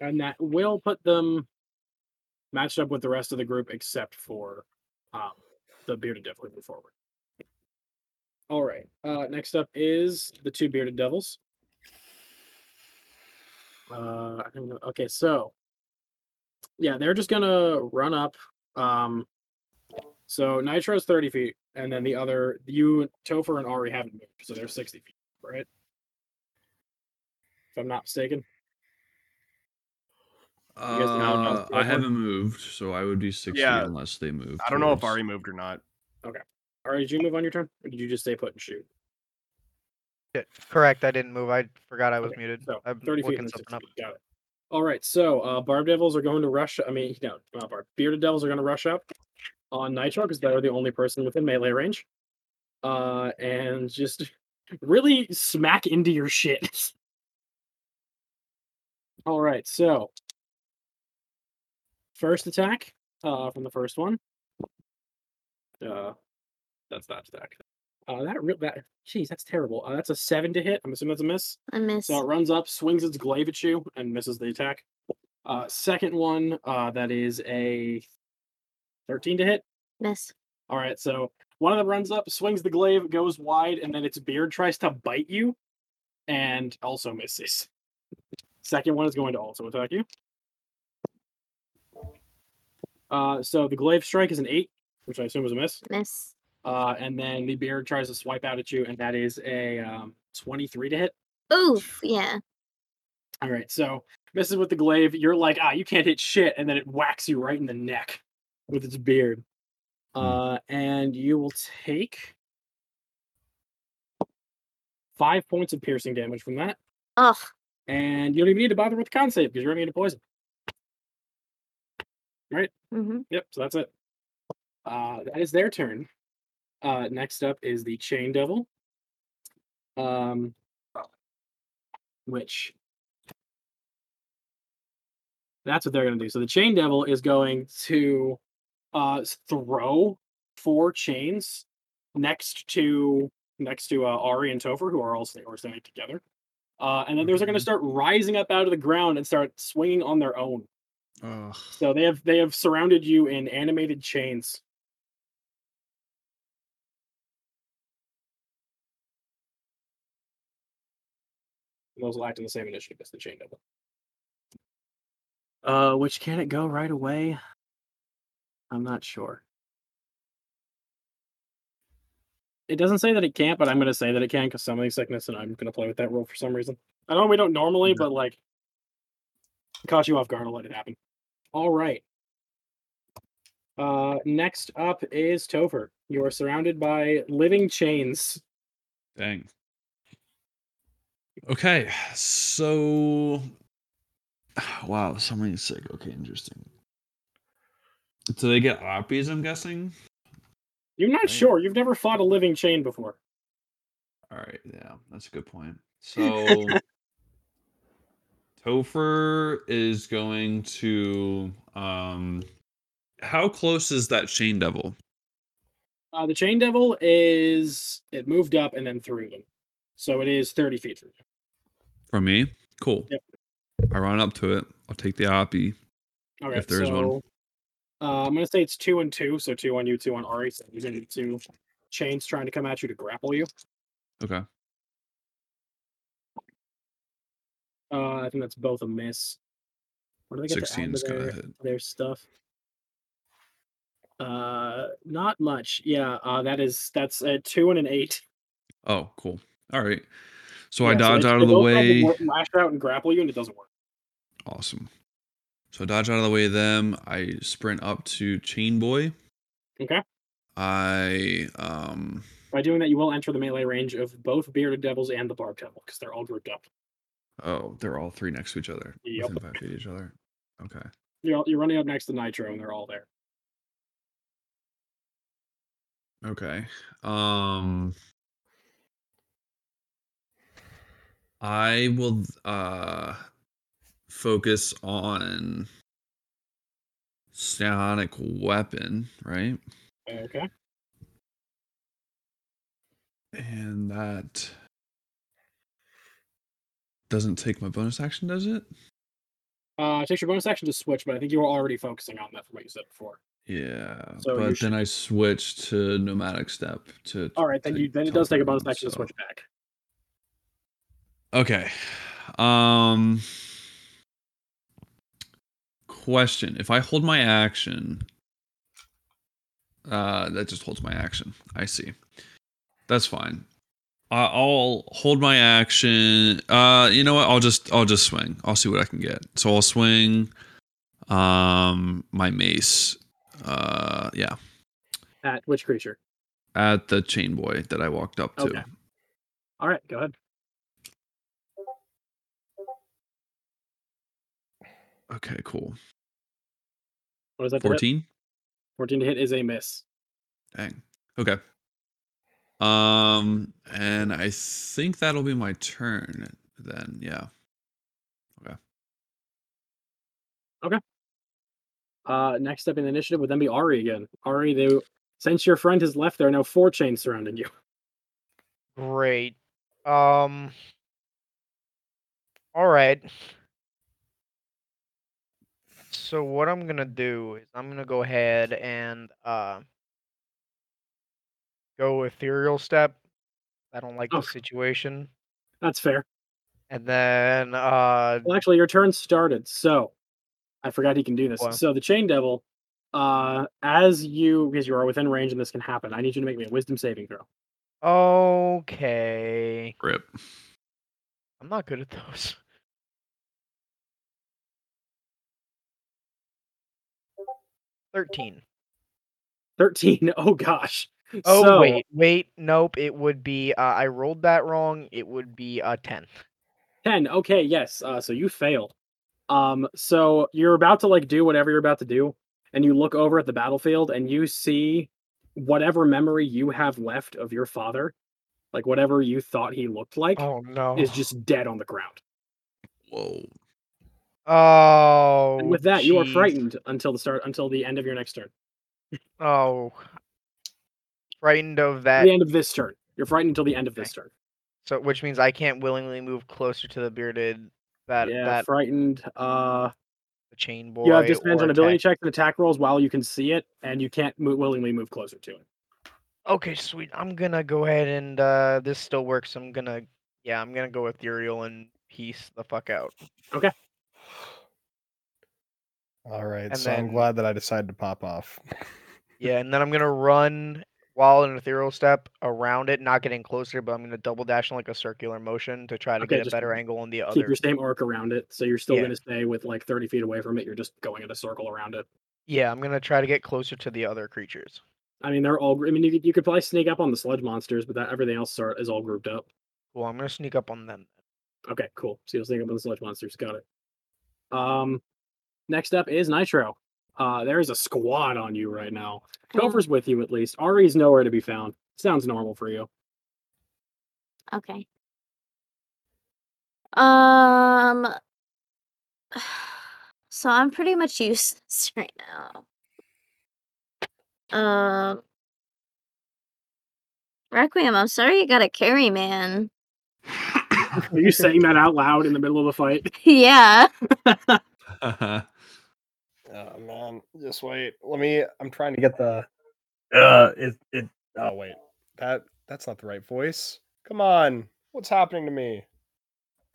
Speaker 2: and that will put them matched up with the rest of the group except for um, the bearded devil moving forward. All right. Uh, next up is the two bearded devils. Uh, I don't know- okay, so yeah, they're just gonna run up. Um, so Nitro's 30 feet, and then the other, you, Topher, and Ari haven't moved, so they're 60 feet, right? If I'm not mistaken. guys know how
Speaker 4: Uh,
Speaker 2: John's
Speaker 4: I
Speaker 2: doing?
Speaker 4: haven't moved, so I would be 60
Speaker 1: Yeah.
Speaker 4: unless they move.
Speaker 1: I don't know if
Speaker 4: towards-
Speaker 1: Ari moved or not.
Speaker 2: Ari, did you move on your turn? Or did you just stay put and shoot?
Speaker 3: Yeah, Correct. I didn't move. I forgot I was
Speaker 2: Okay,
Speaker 3: muted.
Speaker 2: So
Speaker 3: I'm
Speaker 2: 30 feet
Speaker 3: looking
Speaker 2: and
Speaker 3: something up.
Speaker 2: 60 Got it. All right. So uh, Barb Devils are going to rush. I mean, no, not Barb. Bearded Devils are going to rush up on Nitro because they're the only person within melee range. Uh, and just really smack into your shit. All right. So first attack uh, from the first one. Uh, that's that attack. Uh, that real that jeez, that's terrible. Uh, that's a seven to hit. I'm assuming that's a miss.
Speaker 5: I miss.
Speaker 2: So it runs up, swings its glaive at you, and misses the attack. Uh, second one, uh, that is a 13 to hit.
Speaker 5: Miss.
Speaker 2: All right, so one of them runs up, swings the glaive, goes wide, and then its beard tries to bite you and also misses. Second one is going to also attack you. Uh, so the glaive strike is an 8, which I assume is a miss.
Speaker 5: Miss.
Speaker 2: Uh, and then the beard tries to swipe out at you, and that is a um, 23 to hit.
Speaker 5: Oof. Yeah.
Speaker 2: All right, so messes with the glaive. You're like, ah, you can't hit shit, and then it whacks you right in the neck with its beard. Uh, and you will take five points of piercing damage from that,
Speaker 5: Ugh.
Speaker 2: and you don't even need to bother with the con save because you're already into poison.
Speaker 5: Mm-hmm.
Speaker 2: Yep, so that's it. Uh, that is their turn. Uh, next up is the Chain Devil, um, which that's what they're going to do. So the Chain Devil is going to uh, s- throw four chains next to next to uh, Ari and Topher, who are all sta- are standing together, uh, and then those are going to
Speaker 4: Mhm.
Speaker 2: start rising up out of the ground and start swinging on their own.
Speaker 4: Ugh.
Speaker 2: So they have they have surrounded you in animated chains. And Those will act in the same initiative as the chain double. Uh, which can it go right away? I'm not sure. It doesn't say that it can't, but I'm going to say that it can because summoning sickness, and I'm going to play with that rule for some reason. I know we don't normally,
Speaker 1: No.
Speaker 2: but like, it caught you off guard. I'll let it happen. All right. Uh, next up is Topher. You are surrounded by living chains.
Speaker 4: Dang. Okay, so wow, somebody's sick. Okay, interesting. So they get oppies, I'm guessing.
Speaker 2: You're not
Speaker 4: Right.
Speaker 2: sure. You've never fought a living chain before.
Speaker 4: All right, yeah, that's a good point. So Topher is going to um how close is that chain devil?
Speaker 2: Uh, the chain devil is it moved up and then through them, so it is thirty feet from you.
Speaker 4: For me? Cool.
Speaker 2: Yep.
Speaker 4: I run up to it. I'll take the oppie.
Speaker 2: All right,
Speaker 4: If
Speaker 2: so
Speaker 4: there is one.
Speaker 2: Uh, I'm gonna say it's two and two, so two on you, two on Ari. So you're gonna need two chains trying to come at you to grapple you.
Speaker 4: Okay.
Speaker 2: Uh, I think that's both a miss. What do they get to add
Speaker 4: 16
Speaker 2: to
Speaker 4: is gonna
Speaker 2: their-
Speaker 4: hit.
Speaker 2: their stuff? Uh, not much. Yeah. Uh, that is that's a two and an eight.
Speaker 4: Oh, cool. All right. So I
Speaker 2: Yeah,
Speaker 4: dodge
Speaker 2: it-
Speaker 4: out
Speaker 2: it
Speaker 4: of the
Speaker 2: goes for, like,
Speaker 4: way.
Speaker 2: one Lash out and grapple you, and it doesn't work.
Speaker 4: Awesome. So I dodge out of the way of them. I sprint up to Chain Boy.
Speaker 2: Okay.
Speaker 4: I um
Speaker 2: By doing that, you will enter the melee range of both bearded devils and the barbed devil because they're all grouped up.
Speaker 4: oh, they're all three next to each other.
Speaker 2: Yep.
Speaker 4: Within five feet of each other. Okay.
Speaker 2: You're, all- you're running up next to Nitro, and they're all there.
Speaker 4: Okay. Um I will uh focus on psionic weapon, right?
Speaker 2: Okay.
Speaker 4: And that doesn't take my bonus action, does it?
Speaker 2: Uh, it takes your bonus action to switch, but I think you were already focusing on that from what you said before.
Speaker 4: Yeah.
Speaker 2: So you
Speaker 4: but
Speaker 2: should-
Speaker 4: then I switch to nomadic step to
Speaker 2: All right, then
Speaker 4: to
Speaker 2: you then it does take a bonus
Speaker 4: teleport
Speaker 2: action to
Speaker 4: around, so-
Speaker 2: switch back.
Speaker 4: Okay. Um question. If I hold my action uh that just holds my action. I see. That's fine. I- I'll hold my action. Uh you know what? I'll just I'll just swing. I'll see what I can get. So I'll swing um my mace uh yeah
Speaker 2: At which creature?
Speaker 4: at the chain boy that I walked up to.
Speaker 2: Okay. All right, go ahead.
Speaker 4: Okay, cool.
Speaker 2: What is that? to hit?
Speaker 4: 14.
Speaker 2: 14 to hit is a miss.
Speaker 4: Dang. Okay. Um, and I think that'll be my turn then. Yeah.
Speaker 2: Uh, next up in the initiative would then be Ari again. Ari, they since your friend has left, there are now four chains surrounding you.
Speaker 3: Great. Um. All right. So what I'm gonna do is I'm gonna go ahead and uh go ethereal step. I don't like the
Speaker 2: Okay.
Speaker 3: situation,
Speaker 2: That's fair.
Speaker 3: and then uh
Speaker 2: Well, actually, your turn started, so I forgot he can do this.
Speaker 3: Wow.
Speaker 2: So the chain devil, uh, as you because you are within range and this can happen, I need you to make me a wisdom saving throw.
Speaker 3: okay.
Speaker 4: Rip.
Speaker 3: I'm not good at those. Thirteen.
Speaker 2: 13. Oh gosh.
Speaker 3: Oh
Speaker 2: so,
Speaker 3: wait, wait, nope. It would be uh, I rolled that wrong. It would be uh, ten.
Speaker 2: 10 okay yes uh, so you failed um so you're about to like do whatever you're about to do and you look over at the battlefield and you see whatever memory you have left of your father like whatever you thought he looked like
Speaker 3: Oh no.
Speaker 2: is just dead on the ground
Speaker 4: Whoa.
Speaker 3: oh.
Speaker 2: and with that you are
Speaker 3: jeez.
Speaker 2: frightened until the start until the end of your next turn
Speaker 3: Oh, frightened of
Speaker 2: At
Speaker 3: that.
Speaker 2: the end of this turn you're frightened until the end of this turn
Speaker 3: So which means I can't willingly move closer to the bearded that
Speaker 2: yeah
Speaker 3: that
Speaker 2: frightened uh
Speaker 3: the chain boy.
Speaker 2: you have disadvantage
Speaker 3: or
Speaker 2: on ability
Speaker 3: attack-
Speaker 2: checks and attack rolls while you can see it and you can't mo- willingly move closer to it
Speaker 3: Okay, sweet. I'm gonna go ahead and uh, this still works. I'm gonna yeah, I'm gonna go ethereal and piece the fuck out.
Speaker 7: All right,
Speaker 3: And
Speaker 7: so
Speaker 3: then-
Speaker 7: I'm glad that I decided to pop off.
Speaker 3: Yeah, and then I'm gonna run while in ethereal step around it, not getting closer, but I'm gonna double dash in like a circular motion to try to
Speaker 2: Okay,
Speaker 3: get a
Speaker 2: just
Speaker 3: better angle on the
Speaker 2: keep
Speaker 3: other.
Speaker 2: your same arc around it. So you're still
Speaker 3: Yeah.
Speaker 2: going to stay with like 30 feet away from it. You're just going in a circle around it.
Speaker 3: Yeah, I'm gonna try to get closer to the other creatures.
Speaker 2: I mean, they're all. gr- I mean, you could, you could probably sneak up on the sludge monsters, but that everything else are, is all grouped up.
Speaker 3: Well, I'm gonna sneak up on them.
Speaker 2: Okay, cool. So you'll sneak up on the sludge monsters. Got it. Um, next up is Nitro. Uh, there is a squad on you right now.
Speaker 5: Mm-hmm.
Speaker 2: Gopher's with you at least. Ari's nowhere to be found. Sounds normal for you.
Speaker 5: Okay. Um. So I'm pretty much useless right now. Um. Requiem, I'm sorry you gotta carry, man.
Speaker 2: Are you saying that out loud in the middle of a fight?
Speaker 5: yeah.
Speaker 7: Oh man, just wait. Let me. I'm trying to get the. Uh, it it. Oh wait, that that's not the right voice. Come on, what's happening to me?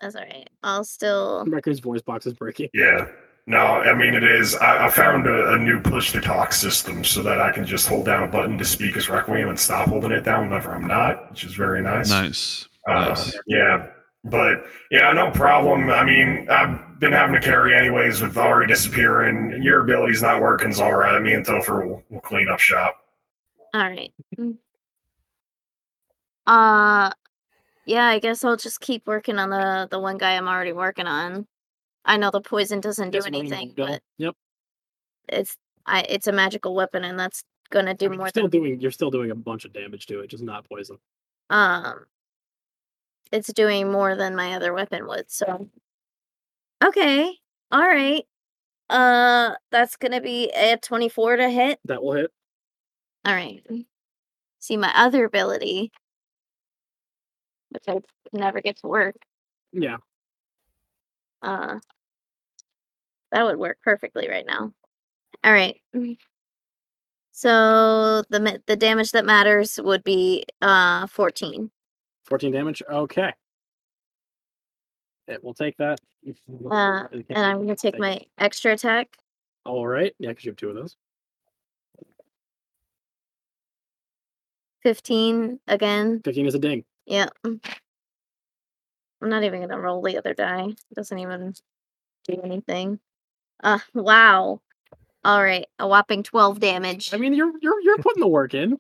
Speaker 5: That's all right. I'll still.
Speaker 2: Records voice box is breaking.
Speaker 6: Yeah. No, I mean it is. I, I found a, a new push to talk system so that I can just hold down a button to speak as Requiem and stop holding it down whenever I'm not, which is very nice.
Speaker 4: nice.
Speaker 6: Uh,
Speaker 4: Nice.
Speaker 6: Yeah,
Speaker 8: But yeah, no problem. I mean, I've been having to carry anyways with Ari disappearing. Your ability's not working, it's all right. Me and Topher will, will clean up shop.
Speaker 5: All right. Mm. Uh yeah, I guess I'll just keep working on the the one guy I'm already working on. I know the poison doesn't do
Speaker 2: Guess Wayne
Speaker 5: anything,
Speaker 2: won't go.
Speaker 5: but
Speaker 2: Yep.
Speaker 5: it's I it's a magical weapon and that's gonna do
Speaker 2: I mean,
Speaker 5: more
Speaker 2: you're
Speaker 5: than
Speaker 2: still doing you're still doing a bunch of damage to it, just not poison.
Speaker 5: um it's doing more than my other weapon would so okay all right uh that's gonna be a 24 to hit
Speaker 2: That will hit.
Speaker 5: all right
Speaker 2: Mm-hmm.
Speaker 5: see my other ability which i never get to work
Speaker 2: Yeah.
Speaker 5: uh that would work perfectly right now all right Mm-hmm. so the ma- the damage that matters would be uh 14
Speaker 2: 14 damage. Okay. It will take that.
Speaker 5: Uh, and i'm gonna take my extra attack
Speaker 2: All right. Yeah, because you have two of those.
Speaker 5: 15 again
Speaker 2: 15 is a ding.
Speaker 5: Yeah. I'm not even gonna roll the other die. It doesn't even do anything. Uh wow. Alright, a whopping twelve damage.
Speaker 2: I mean, you're you're you're putting the work in.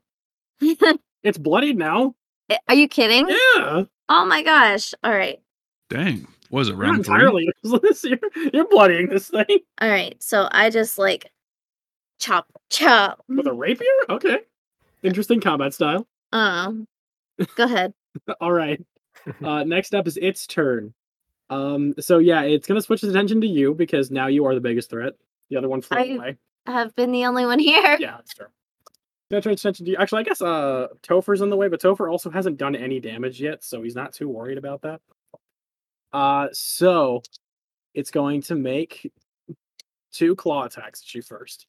Speaker 2: It's bloodied now.
Speaker 5: Eh, Are you kidding?
Speaker 2: Yeah.
Speaker 5: Oh my gosh. Alright.
Speaker 4: Dang. Was it
Speaker 2: Not
Speaker 4: round three?
Speaker 2: entirely. useless. you're, you're bloodying this thing
Speaker 5: Alright, so I just like chop chop.
Speaker 2: with a rapier? Okay. Interesting combat style.
Speaker 5: Um go ahead.
Speaker 2: All right. Uh, next up is its turn. Um, so yeah, it's gonna switch its attention to you because now you are the biggest threat. The other one flew
Speaker 5: I-
Speaker 2: away.
Speaker 5: I've been the only one here.
Speaker 2: Yeah, that's true. It's Gonna turn its attention to you. Actually, I guess uh, Topher's in the way, but Topher also hasn't done any damage yet, so he's not too worried about that. Uh, so it's going to make two claw attacks at you first.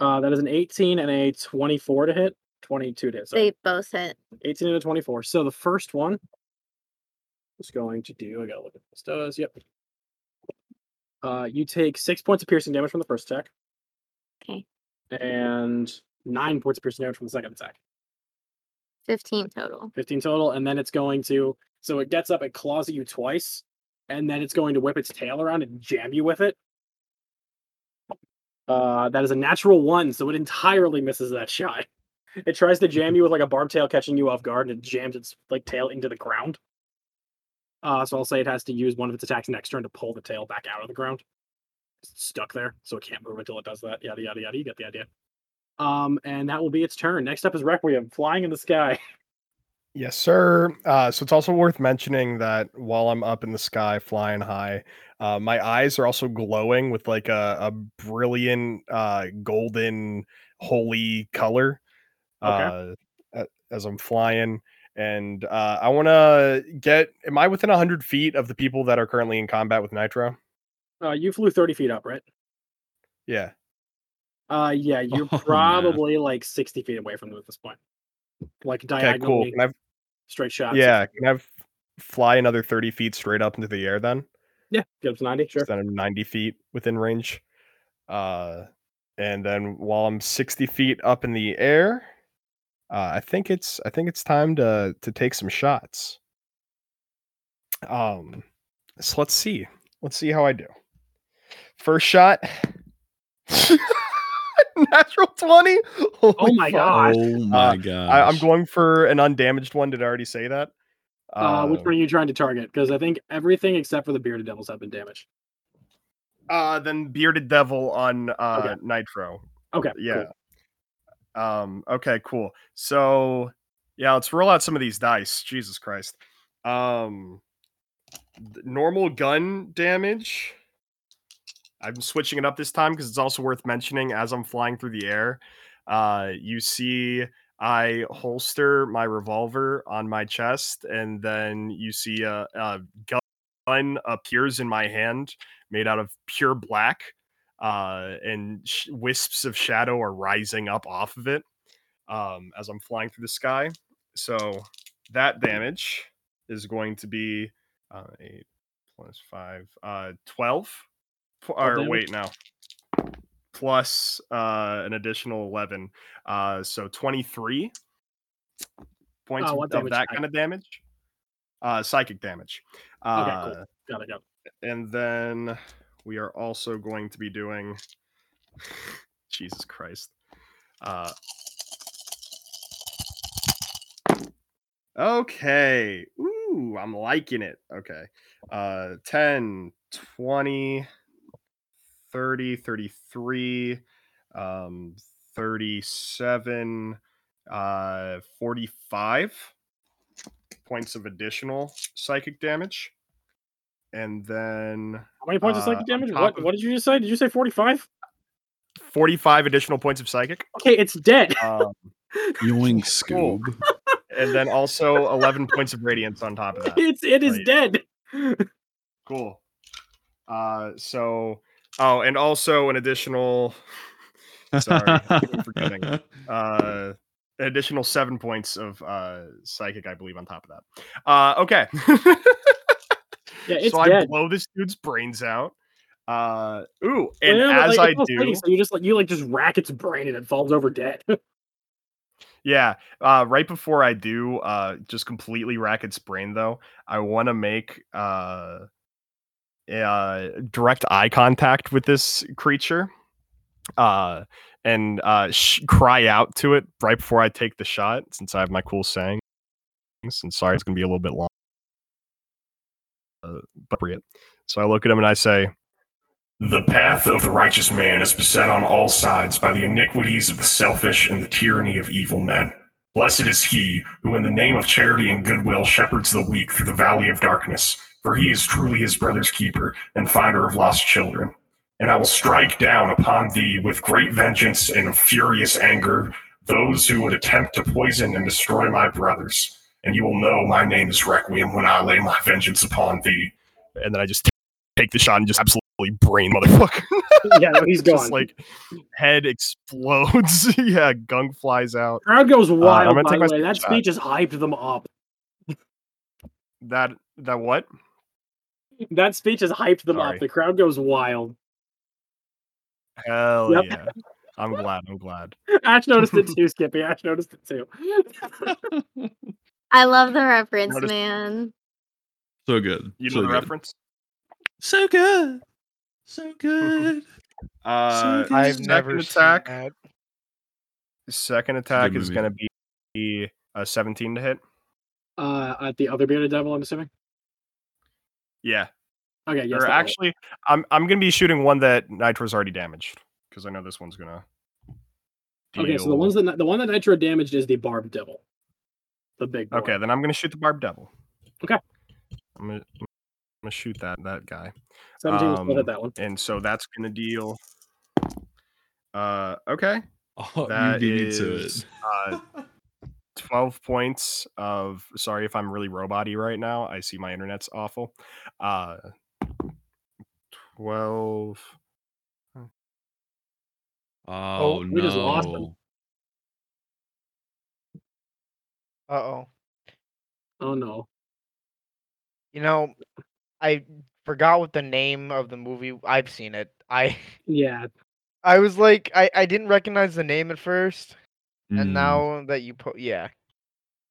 Speaker 2: Uh, that is an 18 and a 24 to hit. 22 to hit. sorry.
Speaker 5: They both hit.
Speaker 2: 18 and a 24. So the first one is going to do, I gotta look at what this does. Yep. Uh, you take six points of piercing damage from the first attack.
Speaker 5: Okay.
Speaker 2: And nine points of piercing damage from the second attack.
Speaker 5: Fifteen total.
Speaker 2: 15 total. And then it's going to, so it gets up, it claws at you twice, and then it's going to whip its tail around and jam you with it. Uh, that is a natural one, so it entirely misses that shot. It tries to jam you with like a barb tail catching you off guard and it jams its like tail into the ground. Uh, so I'll say it has to use one of its attacks next turn to pull the tail back out of the ground. It's stuck there, so it can't move until it does that. Yada yada yada. You get the idea. Um, and that will be its turn. Next up is Requiem, flying in the sky.
Speaker 1: Yes, sir. Uh, so it's also worth mentioning that while I'm up in the sky flying high, uh, my eyes are also glowing with like a, a brilliant uh, golden holy color
Speaker 2: Okay.
Speaker 1: uh, a- as I'm flying. And uh, I want to get, am I within 100 feet of the people that are currently in combat with Nitro?
Speaker 2: Uh, you flew 30 feet up, right?
Speaker 1: Yeah.
Speaker 2: Uh, yeah, you're
Speaker 4: Oh, man.
Speaker 2: probably like 60 feet away from them at this point. Like
Speaker 1: Okay,
Speaker 2: diagonally,
Speaker 1: cool. Can I,
Speaker 2: straight shot.
Speaker 1: yeah, can I have- fly another 30 feet straight up into the air then?
Speaker 2: Yeah, get up to 90, sure.
Speaker 1: so then I'm 90 feet within range. Uh, and then while I'm 60 feet up in the air, uh, I think it's I think it's time to to take some shots. Um, so let's see, let's see how I do. First shot, natural 20.
Speaker 2: Oh my
Speaker 1: god!
Speaker 2: gosh.
Speaker 4: Oh my
Speaker 1: Uh,
Speaker 4: god.
Speaker 1: I, I'm going for an undamaged one. Did I already say that?
Speaker 2: Uh, which
Speaker 1: Um,
Speaker 2: one are you trying to target? Because I think everything except for the bearded devils have been damaged.
Speaker 1: Uh, then bearded devil on uh Nitro.
Speaker 2: Okay,
Speaker 1: Yeah. Um. Okay. Cool. So, yeah, let's roll out some of these dice. Jesus Christ. Um. th- Normal gun damage. I'm switching it up this time because it's also worth mentioning as I'm flying through the air. Uh, you see, I holster my revolver on my chest, and then you see a, a gun- gun appears in my hand, made out of pure black uh, and sh- wisps of shadow are rising up off of it um, as I'm flying through the sky. So that damage is going to be uh, eight plus five, uh, 12. P- Or
Speaker 2: damage?
Speaker 1: wait, no. Plus uh, an additional 11. Uh, so 23 points
Speaker 2: Uh,
Speaker 1: of-
Speaker 2: what
Speaker 1: of
Speaker 2: Oh, damage
Speaker 1: that
Speaker 2: type?
Speaker 1: kind of damage. uh, psychic damage.
Speaker 2: Okay,
Speaker 1: Uh,
Speaker 2: cool. Got it. Got it.
Speaker 1: And then we are also going to be doing. Jesus Christ. Uh, okay. Ooh, I'm liking it. Okay. Uh, 10, 20, 30, 33, um, 37, uh, 45 points of additional psychic damage. And then
Speaker 2: How many points of
Speaker 1: Uh,
Speaker 2: psychic
Speaker 1: on
Speaker 2: damage?
Speaker 1: top
Speaker 2: What,
Speaker 1: of-
Speaker 2: what did you just say? Did you say 45?
Speaker 1: 45 additional points of psychic.
Speaker 2: Okay, it's dead.
Speaker 1: Um,
Speaker 4: Yoink,
Speaker 1: Cool.
Speaker 4: Scoob.
Speaker 1: and then also 11 points of radiance on top of that.
Speaker 2: it's it is
Speaker 1: Right.
Speaker 2: dead.
Speaker 1: Cool. Uh, so, oh, and also an additional, Oh, Sorry, I'm forgetting. uh, an additional seven points of uh, psychic, I believe, on top of that. Uh, okay.
Speaker 2: Yeah, it's
Speaker 1: so I
Speaker 2: dead.
Speaker 1: blow this dude's brains out. Uh, ooh, and
Speaker 2: Yeah, but,
Speaker 1: as
Speaker 2: like,
Speaker 1: I
Speaker 2: it's not
Speaker 1: do,
Speaker 2: psychic, so you just like you like just rack its brain and it falls over dead.
Speaker 1: Yeah. Uh, right before I do, uh, just completely rack its brain though. I want to make uh, uh, direct eye contact with this creature, uh, and uh, sh- cry out to it right before I take the shot, since I have my cool sayings. And sorry, it's gonna be a little bit long, uh, but appropriate. So I look at him and I say,
Speaker 9: The path of the righteous man is beset on all sides by the iniquities of the selfish and the tyranny of evil men. Blessed is he who, in the name of charity and goodwill, shepherds the weak through the valley of darkness, for he is truly his brother's keeper and finder of lost children. And I will strike down upon thee with great vengeance and of furious anger those who would attempt to poison and destroy my brothers. And you will know my name is Requiem when I lay my vengeance upon thee.
Speaker 1: and then I just take the shot and just absolutely brain motherfucker.
Speaker 2: yeah, no, he's
Speaker 1: It's
Speaker 2: gone.
Speaker 1: Just like head explodes. yeah, gung flies out.
Speaker 2: Crowd goes
Speaker 1: uh, I'm
Speaker 2: wild.
Speaker 1: gonna
Speaker 2: by
Speaker 1: take
Speaker 2: the
Speaker 1: my
Speaker 2: way, that
Speaker 1: screenshot.
Speaker 2: speech has hyped them up.
Speaker 1: That that what?
Speaker 2: That speech has hyped them
Speaker 1: Sorry.
Speaker 2: up. The crowd goes wild.
Speaker 1: Hell
Speaker 2: Yep.
Speaker 1: yeah. I'm glad. I'm glad.
Speaker 2: Ash noticed it too, Skippy. Ash noticed it too.
Speaker 5: I love the reference,
Speaker 1: Notice-
Speaker 5: man.
Speaker 4: so good.
Speaker 1: You know
Speaker 4: so
Speaker 1: the
Speaker 4: good.
Speaker 1: reference?
Speaker 4: So good. So good.
Speaker 1: Uh,
Speaker 4: good.
Speaker 3: I've
Speaker 4: Second
Speaker 3: never
Speaker 1: attack.
Speaker 3: Seen that.
Speaker 1: second attack
Speaker 4: good
Speaker 1: is
Speaker 4: movie.
Speaker 1: gonna be a 17 to hit.
Speaker 2: Uh, at the other bearded devil, I'm assuming.
Speaker 1: Yeah.
Speaker 2: Okay, yes.
Speaker 1: or
Speaker 2: that will.
Speaker 1: actually, I'm I'm gonna be shooting one that Nitro's already damaged because I know this one's gonna.
Speaker 2: okay. So the
Speaker 1: deal-
Speaker 2: ones that the one that Nitro damaged is the barbed devil, the big. boy.
Speaker 1: Okay, then I'm gonna shoot the barb devil.
Speaker 2: Okay.
Speaker 1: I'm gonna, I'm gonna shoot that that guy.
Speaker 2: seventeen will still
Speaker 1: um,
Speaker 2: hit that one.
Speaker 1: and so that's gonna deal. Uh, okay,
Speaker 4: Oh,
Speaker 1: That
Speaker 4: you beat me to
Speaker 1: is-
Speaker 4: it.
Speaker 1: uh, twelve points of. Sorry if I'm really roboty right now. I see my internet's awful. Uh, twelve.
Speaker 4: Oh,
Speaker 2: we just lost him.
Speaker 4: no.
Speaker 3: Uh oh.
Speaker 2: Oh no.
Speaker 3: You know, I forgot what the name of the movie. I've seen it. I
Speaker 2: Yeah.
Speaker 3: I was like, I I didn't recognize the name at first,
Speaker 4: Mm,
Speaker 2: Hmm.
Speaker 3: and now that you put, yeah,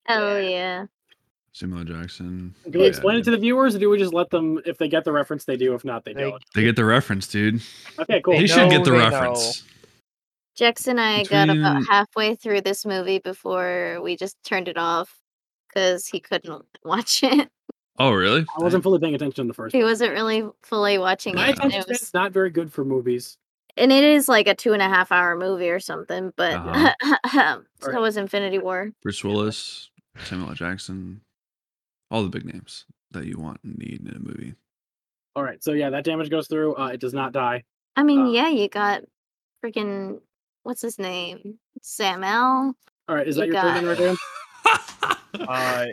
Speaker 5: Hell yeah.
Speaker 4: Samuel Jackson.
Speaker 2: Can
Speaker 4: Yeah,
Speaker 2: we explain it to
Speaker 4: dude.
Speaker 2: the viewers, or do we just let them, if they get the reference, they do. If not, they
Speaker 3: They-
Speaker 2: don't.
Speaker 4: They get the reference, dude.
Speaker 2: Okay, cool.
Speaker 3: They
Speaker 4: They should get
Speaker 3: know,
Speaker 4: the
Speaker 3: they
Speaker 4: reference.
Speaker 5: Jax and I got about
Speaker 4: Between-
Speaker 5: halfway through this movie before we just turned it off because he couldn't watch it.
Speaker 4: Oh, really?
Speaker 2: I wasn't fully paying attention in the first.
Speaker 5: He wasn't really fully watching
Speaker 2: My
Speaker 5: it.
Speaker 4: Yeah.
Speaker 5: And
Speaker 2: attention
Speaker 5: it,
Speaker 2: span is
Speaker 5: was,
Speaker 2: not very good for movies.
Speaker 5: and it is like a two and a half hour movie or something, but
Speaker 2: Alright.
Speaker 5: so was Infinity War.
Speaker 4: Bruce Willis, Samuel L. Jackson, all the big names that you want and need in a movie.
Speaker 2: All right, so yeah, that damage goes through. Uh, it does not die.
Speaker 5: I mean,
Speaker 2: Uh,
Speaker 5: yeah, you got freaking what's his name? Sam L.
Speaker 2: All right, is that
Speaker 5: You
Speaker 2: your third
Speaker 5: got
Speaker 2: thing right there?
Speaker 1: Uh,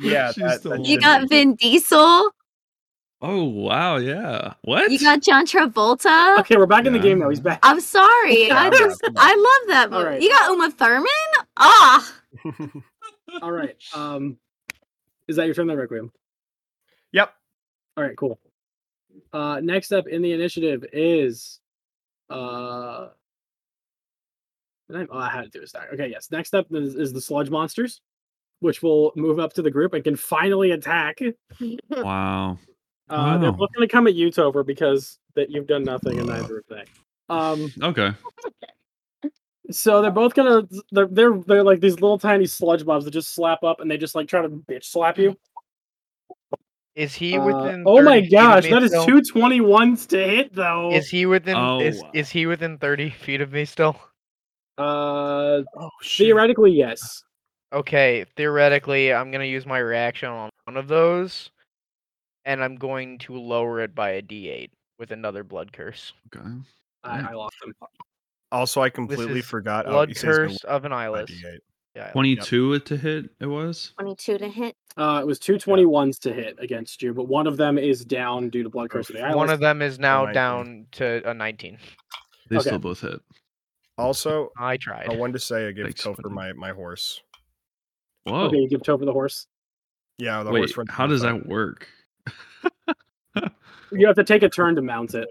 Speaker 1: yeah,
Speaker 4: She's
Speaker 1: that-
Speaker 4: the
Speaker 1: that
Speaker 4: one.
Speaker 5: You
Speaker 1: should
Speaker 5: got
Speaker 1: be-
Speaker 5: Vin Diesel.
Speaker 4: oh wow, yeah. What?
Speaker 5: You got John Travolta.
Speaker 2: Okay, we're back in the
Speaker 4: Yeah.
Speaker 2: game now. He's back.
Speaker 5: I'm sorry.
Speaker 1: Yeah,
Speaker 5: I
Speaker 1: I'm not-
Speaker 5: just
Speaker 1: I'm not.
Speaker 5: I love that movie.
Speaker 2: Alright.
Speaker 5: You got Uma Thurman? Ah.
Speaker 2: All right. Um, is that your turn there, Requiem?
Speaker 1: Yep.
Speaker 2: All right, cool. Uh, next up in the initiative is, uh, the name- oh, I had to do this. Doc. Okay, yes. Next up is, is the sludge monsters. which will move up to the group and can finally attack.
Speaker 4: Wow.
Speaker 2: Uh, They're
Speaker 4: Wow.
Speaker 2: both going to come at you, Tover, because that you've done nothing and neither of they. Um,
Speaker 4: Okay.
Speaker 2: so they're both gonna they're, they're they're like these little tiny sludge bobs that just slap up and they just like try to bitch slap you.
Speaker 3: Is he
Speaker 2: Uh,
Speaker 3: within?
Speaker 2: oh my
Speaker 3: 30 feet of
Speaker 2: gosh,
Speaker 3: me
Speaker 2: that is
Speaker 3: still?
Speaker 2: two twenty ones to hit though.
Speaker 3: Is he within? Is,
Speaker 4: Oh.
Speaker 3: is he within thirty feet of me still?
Speaker 2: uh,
Speaker 1: Oh shit.
Speaker 2: theoretically, yes.
Speaker 3: Okay, theoretically, I'm gonna use my reaction on one of those, and I'm going to lower it by a D8 with another blood curse.
Speaker 4: Okay.
Speaker 2: I, I lost him.
Speaker 1: Also, I completely
Speaker 3: is
Speaker 1: forgot.
Speaker 3: blood
Speaker 1: he says no
Speaker 3: curse of an
Speaker 1: by
Speaker 3: eyeless.
Speaker 1: D8.
Speaker 3: Yeah,
Speaker 4: Twenty-two it to hit. It was.
Speaker 5: 22 to hit.
Speaker 2: Uh, it was two twenty ones to hit against you, but one of them is down due to blood curse. of the
Speaker 3: one
Speaker 2: eyelids.
Speaker 3: of them is now
Speaker 1: 19.
Speaker 3: down to a 19.
Speaker 4: They
Speaker 2: Okay.
Speaker 4: still both hit.
Speaker 1: Also,
Speaker 3: I
Speaker 1: I
Speaker 3: tried.
Speaker 1: wanted to say I gave
Speaker 4: Thanks,
Speaker 1: Topher
Speaker 4: buddy.
Speaker 1: my my horse.
Speaker 3: oh.
Speaker 4: Whoa.
Speaker 2: Okay, you give Tover the horse.
Speaker 1: Yeah, the
Speaker 4: Wait.
Speaker 1: horse runs
Speaker 4: How
Speaker 1: from the
Speaker 4: does
Speaker 1: front.
Speaker 4: that work?
Speaker 2: You have to take a turn to mount it.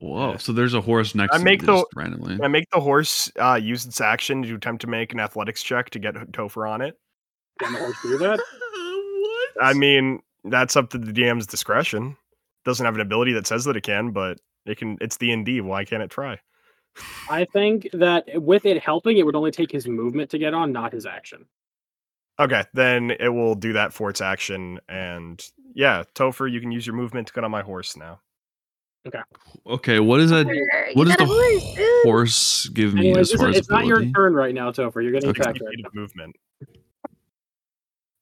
Speaker 4: Whoa. So there's a horse next.
Speaker 1: I
Speaker 4: to
Speaker 1: make
Speaker 4: me
Speaker 1: the-
Speaker 4: just randomly.
Speaker 1: Can I make the horse uh, use its action to attempt to make an athletics check to get Topher on it?
Speaker 2: Can the horse do that?
Speaker 1: I mean, that's up to the DM's discretion. Doesn't have an ability that says that it can, but it can. It's D and D. Why can't it try?
Speaker 2: I think that with it helping, it would only take his movement to get on, not his action.
Speaker 1: Okay, then it will do that for its action. And yeah, Topher, you can use your movement to get on my horse now.
Speaker 4: Okay. What is that?
Speaker 5: Sure,
Speaker 4: What does
Speaker 5: you got a
Speaker 4: the
Speaker 5: horse, dude.
Speaker 4: Horse give me
Speaker 2: Anyways,
Speaker 4: as
Speaker 2: this
Speaker 4: far
Speaker 2: is-
Speaker 4: as
Speaker 2: it's not your
Speaker 4: ability?
Speaker 2: turn right now, Topher. You're getting
Speaker 4: Okay.
Speaker 2: attacked
Speaker 1: You
Speaker 2: right
Speaker 1: need
Speaker 2: now.
Speaker 1: movement.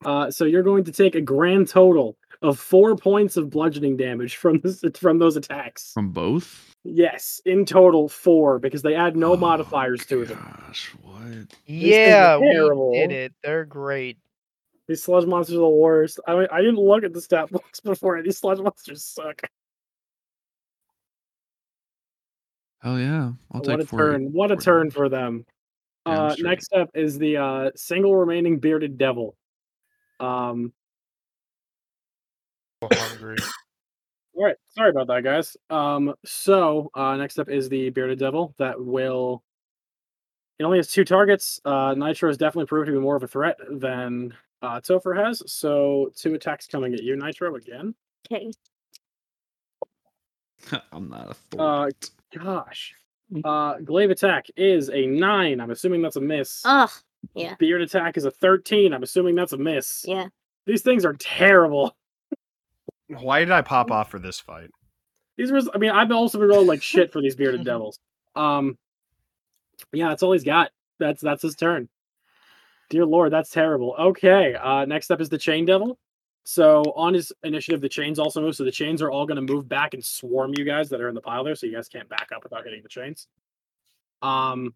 Speaker 2: Uh, so you're going to take a grand total of four points of bludgeoning damage from this, from those attacks.
Speaker 4: from both.
Speaker 2: Yes, in total four because they add no
Speaker 4: Oh,
Speaker 2: modifiers to them.
Speaker 4: Gosh, what?
Speaker 2: things are
Speaker 3: Yeah, we
Speaker 2: terrible.
Speaker 3: did it. They're great.
Speaker 2: These sludge monsters are the worst. I mean, I didn't look at the stat box before. These sludge monsters suck.
Speaker 4: Hell yeah! I'll
Speaker 2: what a
Speaker 4: take four.
Speaker 2: turn! What a
Speaker 4: 40.
Speaker 2: turn for them.
Speaker 4: Damn
Speaker 2: Uh,
Speaker 4: straight.
Speaker 2: next up is the uh, single remaining bearded devil. Um,
Speaker 3: So hungry.
Speaker 2: all right, sorry about that, guys. Um, so uh, next up is the bearded devil that will. It only has two targets. Uh, Nitro has definitely proved to be more of a threat than uh, Topher has. So two attacks coming at you, Nitro again.
Speaker 5: Okay.
Speaker 4: I'm not a thorn.
Speaker 2: Uh, gosh. Uh, glaive attack is a nine. I'm assuming that's a miss.
Speaker 5: Ugh.
Speaker 2: Beard attack is a 13. I'm assuming that's a miss.
Speaker 5: Yeah.
Speaker 2: These things are terrible.
Speaker 1: Why did I pop off for this fight?
Speaker 2: These were, I mean, I've also been rolling like shit for these bearded devils. Um, yeah, that's all he's got. That's that's his turn. Dear Lord, that's terrible. Okay, uh, next up is the chain devil. So on his initiative, the chains also move. So the chains are all going to move back and swarm you guys that are in the pile there. So you guys can't back up without getting the chains. Um,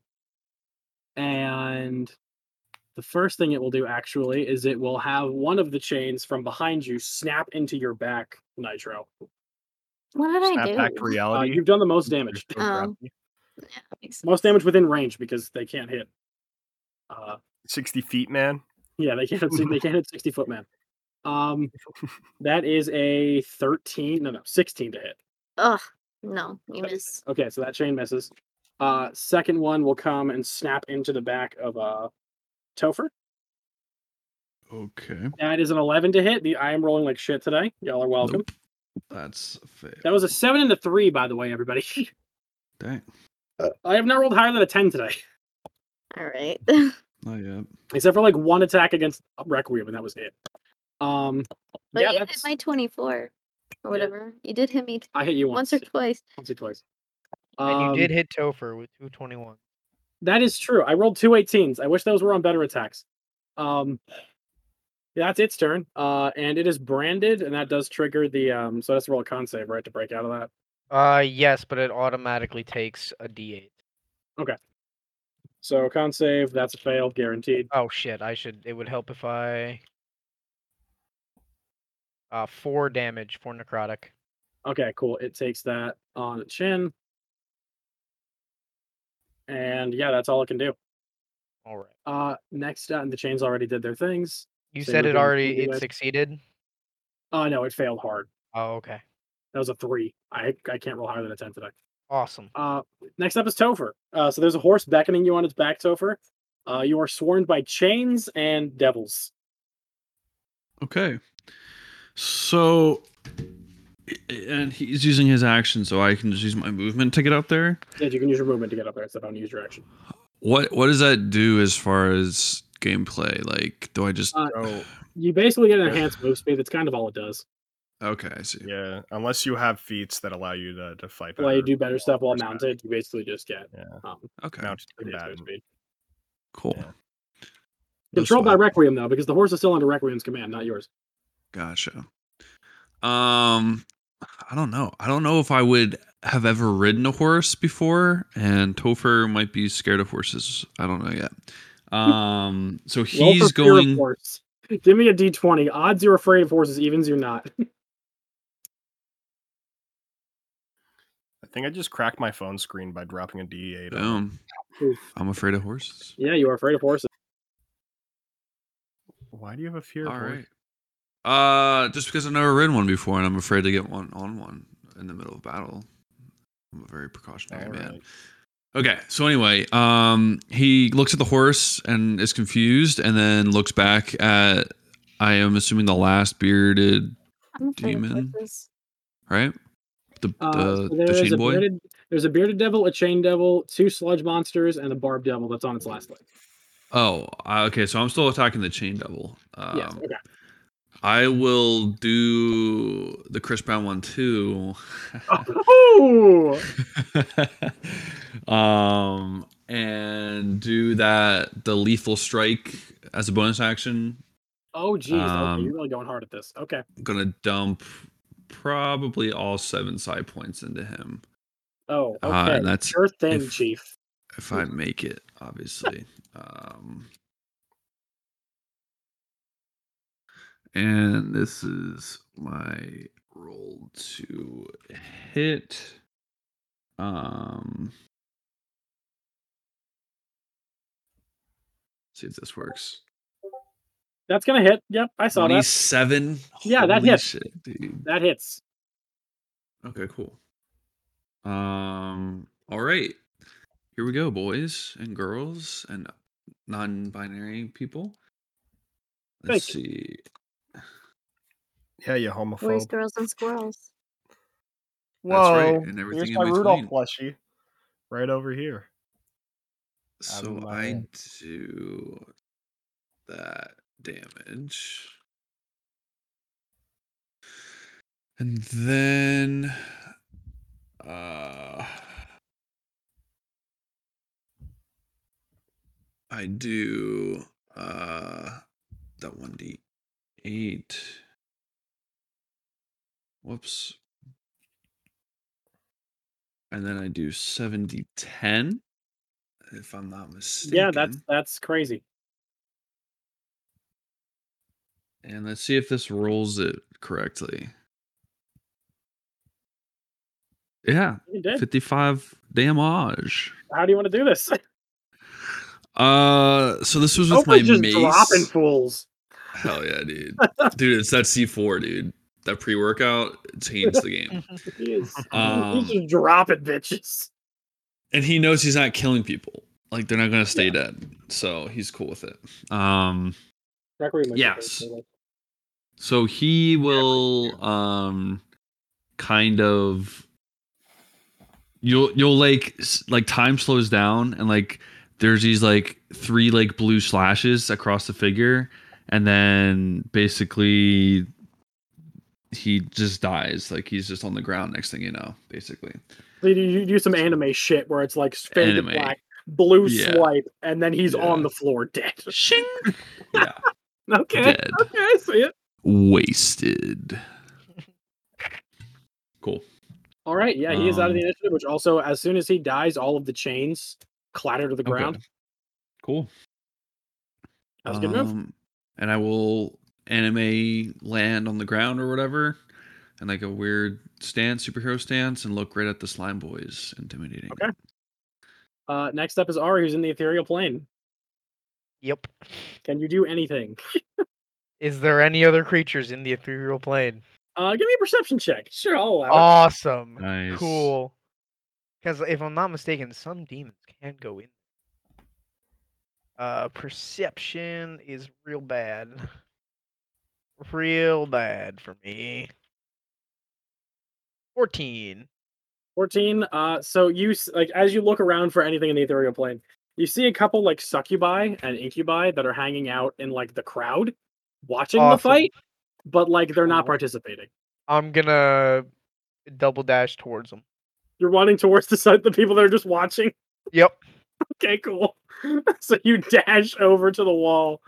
Speaker 2: and the first thing it will do actually is it will have one of the chains from behind you snap into your back, Nitro.
Speaker 5: What did I
Speaker 1: Snap
Speaker 5: do?
Speaker 1: back to
Speaker 2: Uh,
Speaker 1: reality.
Speaker 2: you've done the most damage.
Speaker 1: Your
Speaker 5: Oh.
Speaker 1: gravity.
Speaker 5: Makes-
Speaker 2: Most damage within range because they can't hit. Uh,
Speaker 1: Sixty feet, man.
Speaker 2: yeah, they can't. Hit, they can't hit sixty foot man. Um, that is a thirteen. No, no, sixteen to hit.
Speaker 5: Ugh. No, you miss.
Speaker 2: Okay, so that chain misses. Uh, second one will come and snap into the back of uh, Topher.
Speaker 4: okay,
Speaker 2: That is an eleven to hit. The I am rolling like shit today. Y'all are welcome.
Speaker 4: Nope. that's a fail.
Speaker 2: That was a seven and a three, by the way, everybody.
Speaker 4: Dang.
Speaker 2: I have not rolled higher than a ten today,
Speaker 5: All right.
Speaker 4: Not yet.
Speaker 2: except for like one attack against Requiem, and that was it. Um,
Speaker 5: But
Speaker 2: yeah,
Speaker 5: you hit
Speaker 2: that's-
Speaker 5: my 24 or whatever. You did hit me
Speaker 2: I hit you once.
Speaker 5: once or twice.
Speaker 2: Once or twice.
Speaker 3: and you did
Speaker 2: Um,
Speaker 3: hit Topher with 221.
Speaker 2: That is true. I rolled two 18s. I wish those were on better attacks. Um, yeah, that's its turn. Uh, and it is branded, and that does trigger the. Um, so that's roll a con save, right, to break out of that.
Speaker 3: Uh, yes, but it automatically takes a D8.
Speaker 2: So con save, that's a fail, guaranteed.
Speaker 3: Oh shit! I should. It would help if I. Uh, four damage, four necrotic.
Speaker 2: Okay, cool. It takes that on its chin. And yeah, that's all it can do.
Speaker 3: All right.
Speaker 2: Uh, next, uh, the chains already did their things.
Speaker 3: You
Speaker 2: So
Speaker 3: said
Speaker 2: you're
Speaker 3: it
Speaker 2: gonna
Speaker 3: already.
Speaker 2: do
Speaker 3: It
Speaker 2: that?
Speaker 3: succeeded.
Speaker 2: Oh no, it failed hard.
Speaker 3: Oh, okay.
Speaker 2: That was a three. I I can't roll higher than a ten today.
Speaker 3: Awesome.
Speaker 2: Uh, next up is Topher. Uh, so there's a horse beckoning you on its back, Topher. Uh, you are sworn by chains and devils.
Speaker 4: Okay. So, and he's using his action, so I can just use my movement to get up there.
Speaker 2: Yeah, you can use your movement to get up there, so don't use your action.
Speaker 4: What What does that do as far as gameplay? Like, do I just?
Speaker 2: Uh,
Speaker 7: Oh,
Speaker 2: You basically get an enhanced move speed. That's kind of all it does.
Speaker 4: okay, I see.
Speaker 7: yeah. Unless you have feats that allow you to, to fight
Speaker 2: While you do better
Speaker 7: or
Speaker 2: stuff while
Speaker 7: force back,
Speaker 2: mounted, you basically just get
Speaker 7: Yeah.
Speaker 2: um,
Speaker 4: Okay,
Speaker 7: Mounted
Speaker 2: increased move
Speaker 7: combatant.
Speaker 2: speed.
Speaker 4: cool.
Speaker 7: Yeah.
Speaker 4: That's
Speaker 2: Controlled by
Speaker 4: fine.
Speaker 2: Requiem though, because the horse is still under Requiem's command, not yours.
Speaker 4: Gotcha. Um, I don't know. I don't know if I would have ever ridden a horse before, and Topher might be scared of horses. I don't know yet. Um, so
Speaker 2: Roll for
Speaker 4: he's
Speaker 2: fear of
Speaker 4: going.
Speaker 2: Horse. Give me a d20. Odds you're afraid of horses, evens you're not.
Speaker 7: I think I just cracked my phone screen by dropping a D8. on it.
Speaker 4: Boom.
Speaker 2: Oof.
Speaker 4: I'm afraid of horses.
Speaker 2: yeah, you are afraid of horses.
Speaker 7: Why do you have a fear?
Speaker 4: All
Speaker 7: of horse?
Speaker 4: right. Uh, just because I've never ridden one before, and I'm afraid to get one on one in the middle of battle. I'm a very precautionary
Speaker 7: All
Speaker 4: man.
Speaker 7: right.
Speaker 4: Okay, so anyway, um, he looks at the horse and is confused, and then looks back at, I am assuming the last bearded,
Speaker 5: I'm afraid of
Speaker 4: Demon.
Speaker 5: horses.
Speaker 4: right? The
Speaker 2: Uh, so
Speaker 4: the,
Speaker 2: there
Speaker 4: the
Speaker 2: is
Speaker 4: chain
Speaker 2: a
Speaker 4: boy.
Speaker 2: bearded, there's a bearded devil, a chain devil, two sludge monsters, and a barb devil that's on its last leg.
Speaker 4: Oh, uh, okay. So I'm still attacking the chain devil. Um,
Speaker 2: yes, okay.
Speaker 4: I will do the crishbound one too.
Speaker 2: Oh,
Speaker 4: um, and do that the lethal strike as a bonus action.
Speaker 2: oh, geez, okay,
Speaker 4: Um,
Speaker 2: you're really going hard at this. Okay,
Speaker 4: gonna dump probably all seven side points into him
Speaker 2: oh, okay,
Speaker 4: Uh, and that's
Speaker 2: sure thing,
Speaker 4: if-
Speaker 2: chief.
Speaker 4: if I make it, obviously. um, and this is my roll to hit. Um, see if this works.
Speaker 2: That's gonna hit. Yep, I saw that.
Speaker 4: Twenty-seven.
Speaker 2: Yeah, that
Speaker 4: Holy
Speaker 2: hits.
Speaker 4: shit, dude.
Speaker 2: That hits.
Speaker 4: Okay, cool. Um, all right. Here we go, boys and girls and non-binary people. Let's
Speaker 2: Thank
Speaker 4: see.
Speaker 7: Yeah, you
Speaker 5: Where's
Speaker 7: homophobe.
Speaker 5: girls and squirrels?
Speaker 4: That's
Speaker 7: Whoa.
Speaker 4: right, and everything
Speaker 7: Here's
Speaker 4: in
Speaker 7: my Rudolph
Speaker 4: between.
Speaker 7: plushie, right over here. out of
Speaker 4: So
Speaker 7: my
Speaker 4: I
Speaker 7: way.
Speaker 4: do that damage. And then uh I do uh that 1d8. Whoops. And then I do 7d10 if I'm not mistaken.
Speaker 2: Yeah, that's that's crazy.
Speaker 4: And let's see if this rolls it correctly. Yeah,
Speaker 2: You did.
Speaker 4: 55 damage.
Speaker 2: How do you want to do this?
Speaker 4: Uh, so this was with
Speaker 2: Hopefully,
Speaker 4: my
Speaker 2: just
Speaker 4: mace.
Speaker 2: dropping fools.
Speaker 4: Hell yeah, dude. dude, it's that C4, dude. That pre-workout changed the game.
Speaker 2: Jeez.
Speaker 4: Um,
Speaker 2: just dropping bitches.
Speaker 4: and he knows he's not killing people. Like they're not gonna stay dead. So he's cool with it. Um
Speaker 2: Requiem might be
Speaker 4: yes.
Speaker 2: crazy, like-
Speaker 4: So he will um kind of you'll you'll like s- like time slows down and like there's these like three like blue slashes across the figure and then basically he just dies like he's just on the ground next thing you know basically
Speaker 2: They do you do some anime shit where it's like fade
Speaker 4: Anime.
Speaker 2: to black, blue
Speaker 4: Yeah.
Speaker 2: swipe, and then he's
Speaker 4: Yeah.
Speaker 2: on the floor dead.
Speaker 4: Shing! yeah
Speaker 2: okay,
Speaker 4: dead
Speaker 2: okay, I see it.
Speaker 4: wasted cool
Speaker 2: All right, yeah, he is out of the
Speaker 4: Um,
Speaker 2: initiative. Which also, as soon as he dies, all of the chains clatter to the
Speaker 4: Okay.
Speaker 2: ground.
Speaker 4: cool
Speaker 2: That was a good move.
Speaker 4: Um, And I will anime land on the ground or whatever, and like a weird stance, superhero stance, and look right at the slime boys, intimidating.
Speaker 2: Okay. Uh, next up is Ari, who's in the ethereal plane.
Speaker 3: Yep.
Speaker 2: Can you do anything?
Speaker 3: Is there any other creatures in the ethereal plane?
Speaker 2: Uh, give me a perception check. Sure, I'll allow
Speaker 4: Uh,
Speaker 2: it.
Speaker 3: Awesome.
Speaker 4: Nice.
Speaker 3: Cool. Because if I'm not mistaken, some demons can go in. Uh, perception is real bad. Real bad for me. 14.
Speaker 2: 14 uh so you s- like as you look around for anything in the ethereal plane you see a couple like succubi and incubi that are hanging out in like the crowd watching the
Speaker 3: Awesome.
Speaker 2: fight but like they're not
Speaker 3: Cool.
Speaker 2: participating
Speaker 3: I'm gonna double dash towards them.
Speaker 2: you're running towards the side the people that are just watching
Speaker 3: Yep.
Speaker 2: okay cool so you dash over to the wall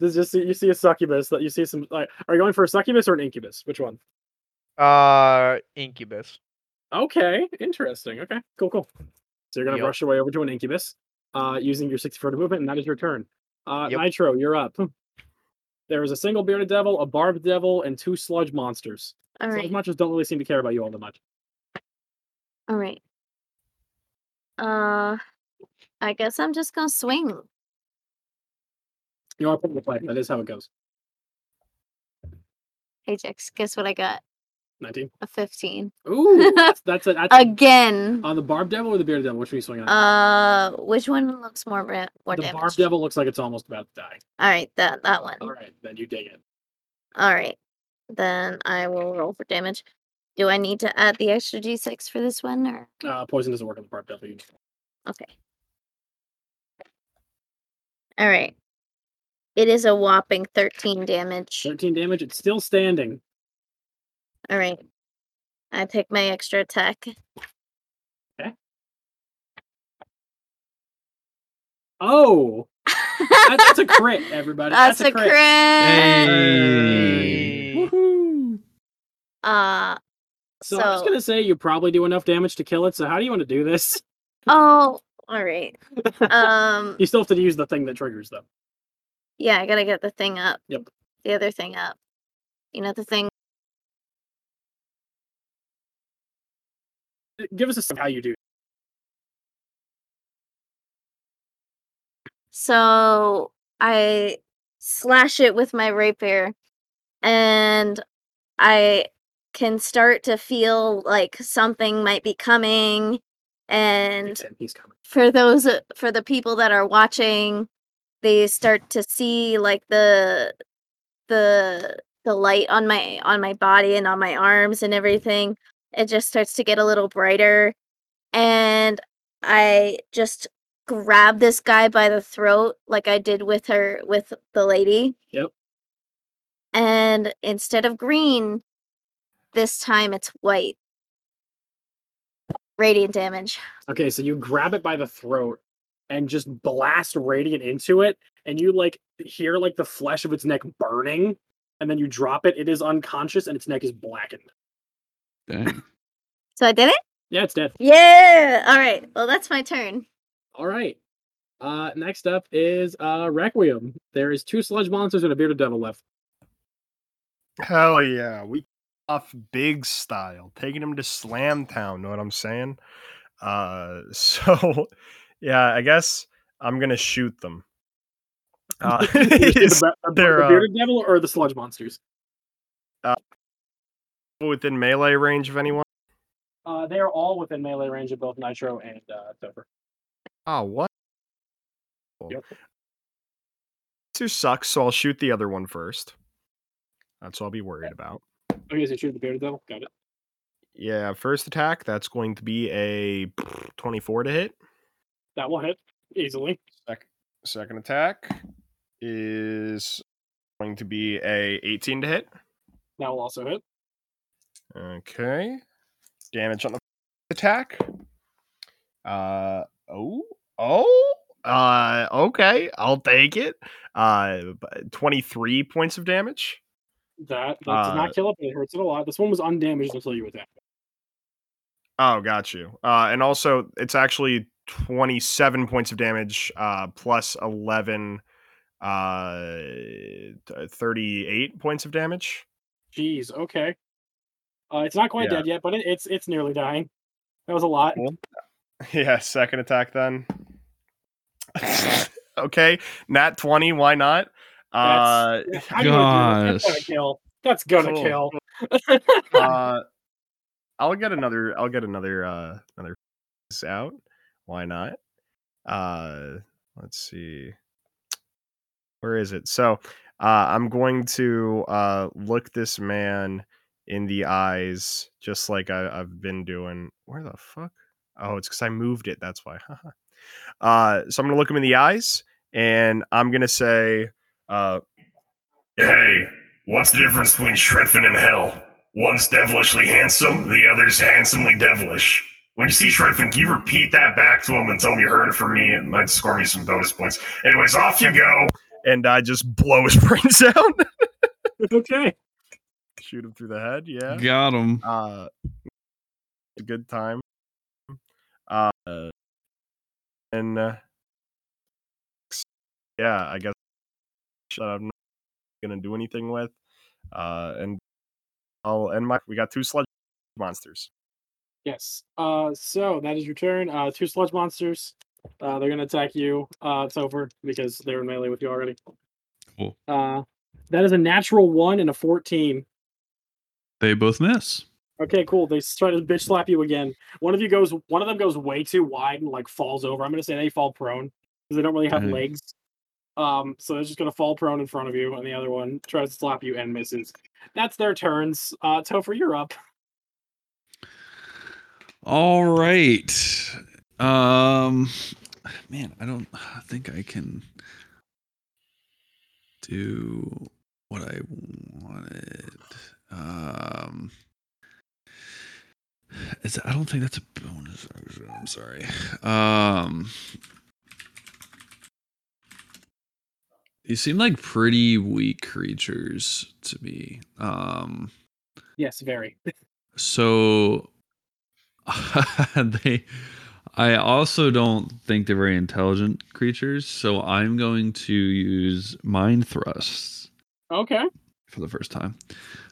Speaker 2: there's just you see a succubus that you see some like are you going for a succubus or an incubus which one
Speaker 3: Uh, incubus.
Speaker 2: Okay, interesting. Okay, cool, cool. So you're gonna
Speaker 3: Yep.
Speaker 2: rush your way over to an incubus, uh, using your 60 foot of movement, and that is your turn. Uh,
Speaker 3: Yep.
Speaker 2: Nitro, you're up. There is a single bearded devil, a barbed devil, and two sludge monsters.
Speaker 5: All
Speaker 2: sludge
Speaker 5: right.
Speaker 2: monsters don't really seem to care about you all that much.
Speaker 5: All right. Uh, I guess I'm just gonna swing.
Speaker 2: You want to put in the play? That is how it goes.
Speaker 5: Hey, Jax, guess what I got?
Speaker 2: 19.
Speaker 5: A 15
Speaker 2: Ooh, that's that's, a, that's a-
Speaker 5: again.
Speaker 2: on the barbed devil or the bearded devil. Which one are you swinging at?
Speaker 5: Uh, which one looks more ra- more
Speaker 2: the
Speaker 5: damage? Oh.
Speaker 2: barbed devil looks like it's almost about to die.
Speaker 5: All right, that that one.
Speaker 2: All right, then you dig it.
Speaker 5: All right, then I will roll for damage. Do I need to add the extra d6 for this one, or
Speaker 2: Uh, poison doesn't work on the barbed devil. You-
Speaker 5: okay? All right, it is a whopping 13 damage.
Speaker 2: 13 damage. It's still standing.
Speaker 5: All right. I pick my extra attack.
Speaker 2: Oh, that- that's a crit, everybody.
Speaker 5: That's, a crit.
Speaker 4: Hey.
Speaker 2: Woohoo!
Speaker 5: Uh
Speaker 2: So,
Speaker 5: so,
Speaker 2: I was gonna say you probably do enough damage to kill it. So how do you want to do this?
Speaker 5: oh, all right. Um
Speaker 2: you still have to use the thing that triggers them.
Speaker 5: yeah, I got to get the thing up.
Speaker 2: Yep.
Speaker 5: The other thing up. You know the thing
Speaker 2: Uh, Give us a sense of how you do.
Speaker 5: So I slash it with my rapier and I can start to feel like something might be coming and
Speaker 2: And he's coming.
Speaker 5: for those uh, for the people that are watching they start to see like the the the light on my on my body and on my arms and everything it just starts to get a little brighter and i just grab this guy by the throat like i did with her with the lady
Speaker 2: Yep.
Speaker 5: and instead of green this time it's white radiant damage
Speaker 2: Okay, so you grab it by the throat and just blast radiant into it, and you like hear like the flesh of its neck burning, and then you drop it. It is unconscious, and its neck is blackened.
Speaker 4: Dang.
Speaker 5: so i did it
Speaker 2: Yeah, it's dead.
Speaker 5: Yeah. All right. Well, that's my turn.
Speaker 2: All right. Uh, next up is uh Requiem. There is two sludge monsters and a bearded devil left.
Speaker 1: Hell yeah, we off big style, taking him to Slam Town. Know what I'm saying? Uh, so yeah, I guess I'm gonna shoot them. Uh,
Speaker 2: You see
Speaker 1: is
Speaker 2: the, be- the
Speaker 1: there, uh,
Speaker 2: bearded devil or the sludge monsters?
Speaker 1: within melee range of anyone?
Speaker 2: Uh, they are all within melee range of both Nitro and uh, Topher.
Speaker 1: Oh, what?
Speaker 2: Yep.
Speaker 1: Two sucks, so I'll shoot the other one first. That's
Speaker 7: Eh.
Speaker 1: all I'll be worried about.
Speaker 2: Okay, so Oh, shoot the bearded devil. Got it.
Speaker 1: Yeah, first attack. That's going to be a 24 to hit.
Speaker 2: That will hit easily.
Speaker 1: Second, second attack is going to be a 18 to hit.
Speaker 2: That will also hit.
Speaker 1: Okay. Damage on the attack. Uh oh. Oh. Uh okay, I'll take it. Uh b- 23 points of damage.
Speaker 2: That that does
Speaker 1: Uh,
Speaker 2: not kill it, but it hurts it a lot. This one was undamaged until you attacked. it.
Speaker 1: Oh, got you. Uh and also it's actually 27 points of damage uh plus 11 uh t- 38 points of damage.
Speaker 2: Jeez. Okay. Uh, it's not quite
Speaker 1: Yeah.
Speaker 2: dead yet, but it, it's it's nearly dying. That was a lot.
Speaker 1: Yeah, second attack then. okay, nat 20, why not? Uh,
Speaker 2: That's, how do you wanna do this?
Speaker 4: Gosh.
Speaker 2: That's gonna kill. That's gonna
Speaker 1: Cool.
Speaker 2: kill.
Speaker 1: uh I'll get another I'll get another uh another out. Why not? Uh let's see.
Speaker 7: Where is it? So uh, I'm going to uh, look this man in the eyes, just like I, I've been doing. Where the fuck? Oh, it's because I moved it. That's why. Haha. uh, so I'm going to look him in the eyes and I'm going to say, uh,
Speaker 6: Hey, what's the difference between Shredfin and Hell? One's devilishly handsome, the other's handsomely devilish. When you see Shredfin, can you repeat that back to him and tell him you heard it from me? It might score me some bonus points. Anyways, off you go.
Speaker 7: and I just blow his brains out,
Speaker 2: okay.
Speaker 7: shoot him through the head. Yeah.
Speaker 4: Got him.
Speaker 7: uh a good time uh and uh, yeah i guess that i'm not gonna do anything with uh and i'll end my we got two sludge monsters
Speaker 2: Yes. Uh, so that is your turn. Uh, two sludge monsters. Uh, they're gonna attack you. Uh, it's over because they were in melee with you already.
Speaker 4: Cool.
Speaker 2: Uh, that is a natural one and a fourteen.
Speaker 4: They both miss.
Speaker 2: Okay, cool. They s- try to bitch slap you again. One of you goes. One of them goes way too wide and like falls over. I'm gonna say they fall prone because they don't really have
Speaker 4: Right.
Speaker 2: legs. Um, so they're just gonna fall prone in front of you, and the other one tries to slap you and misses. That's their turns. Uh, Topher, you're up.
Speaker 4: All right. Um man, I don't think I can do what I wanted. Um it's, I don't think that's a bonus action. I'm sorry. Um You seem like pretty weak creatures to me. Um
Speaker 2: Yes, very.
Speaker 4: so they I also don't think they're very intelligent creatures, so I'm going to use mind thrusts
Speaker 2: Okay.
Speaker 4: for the first time.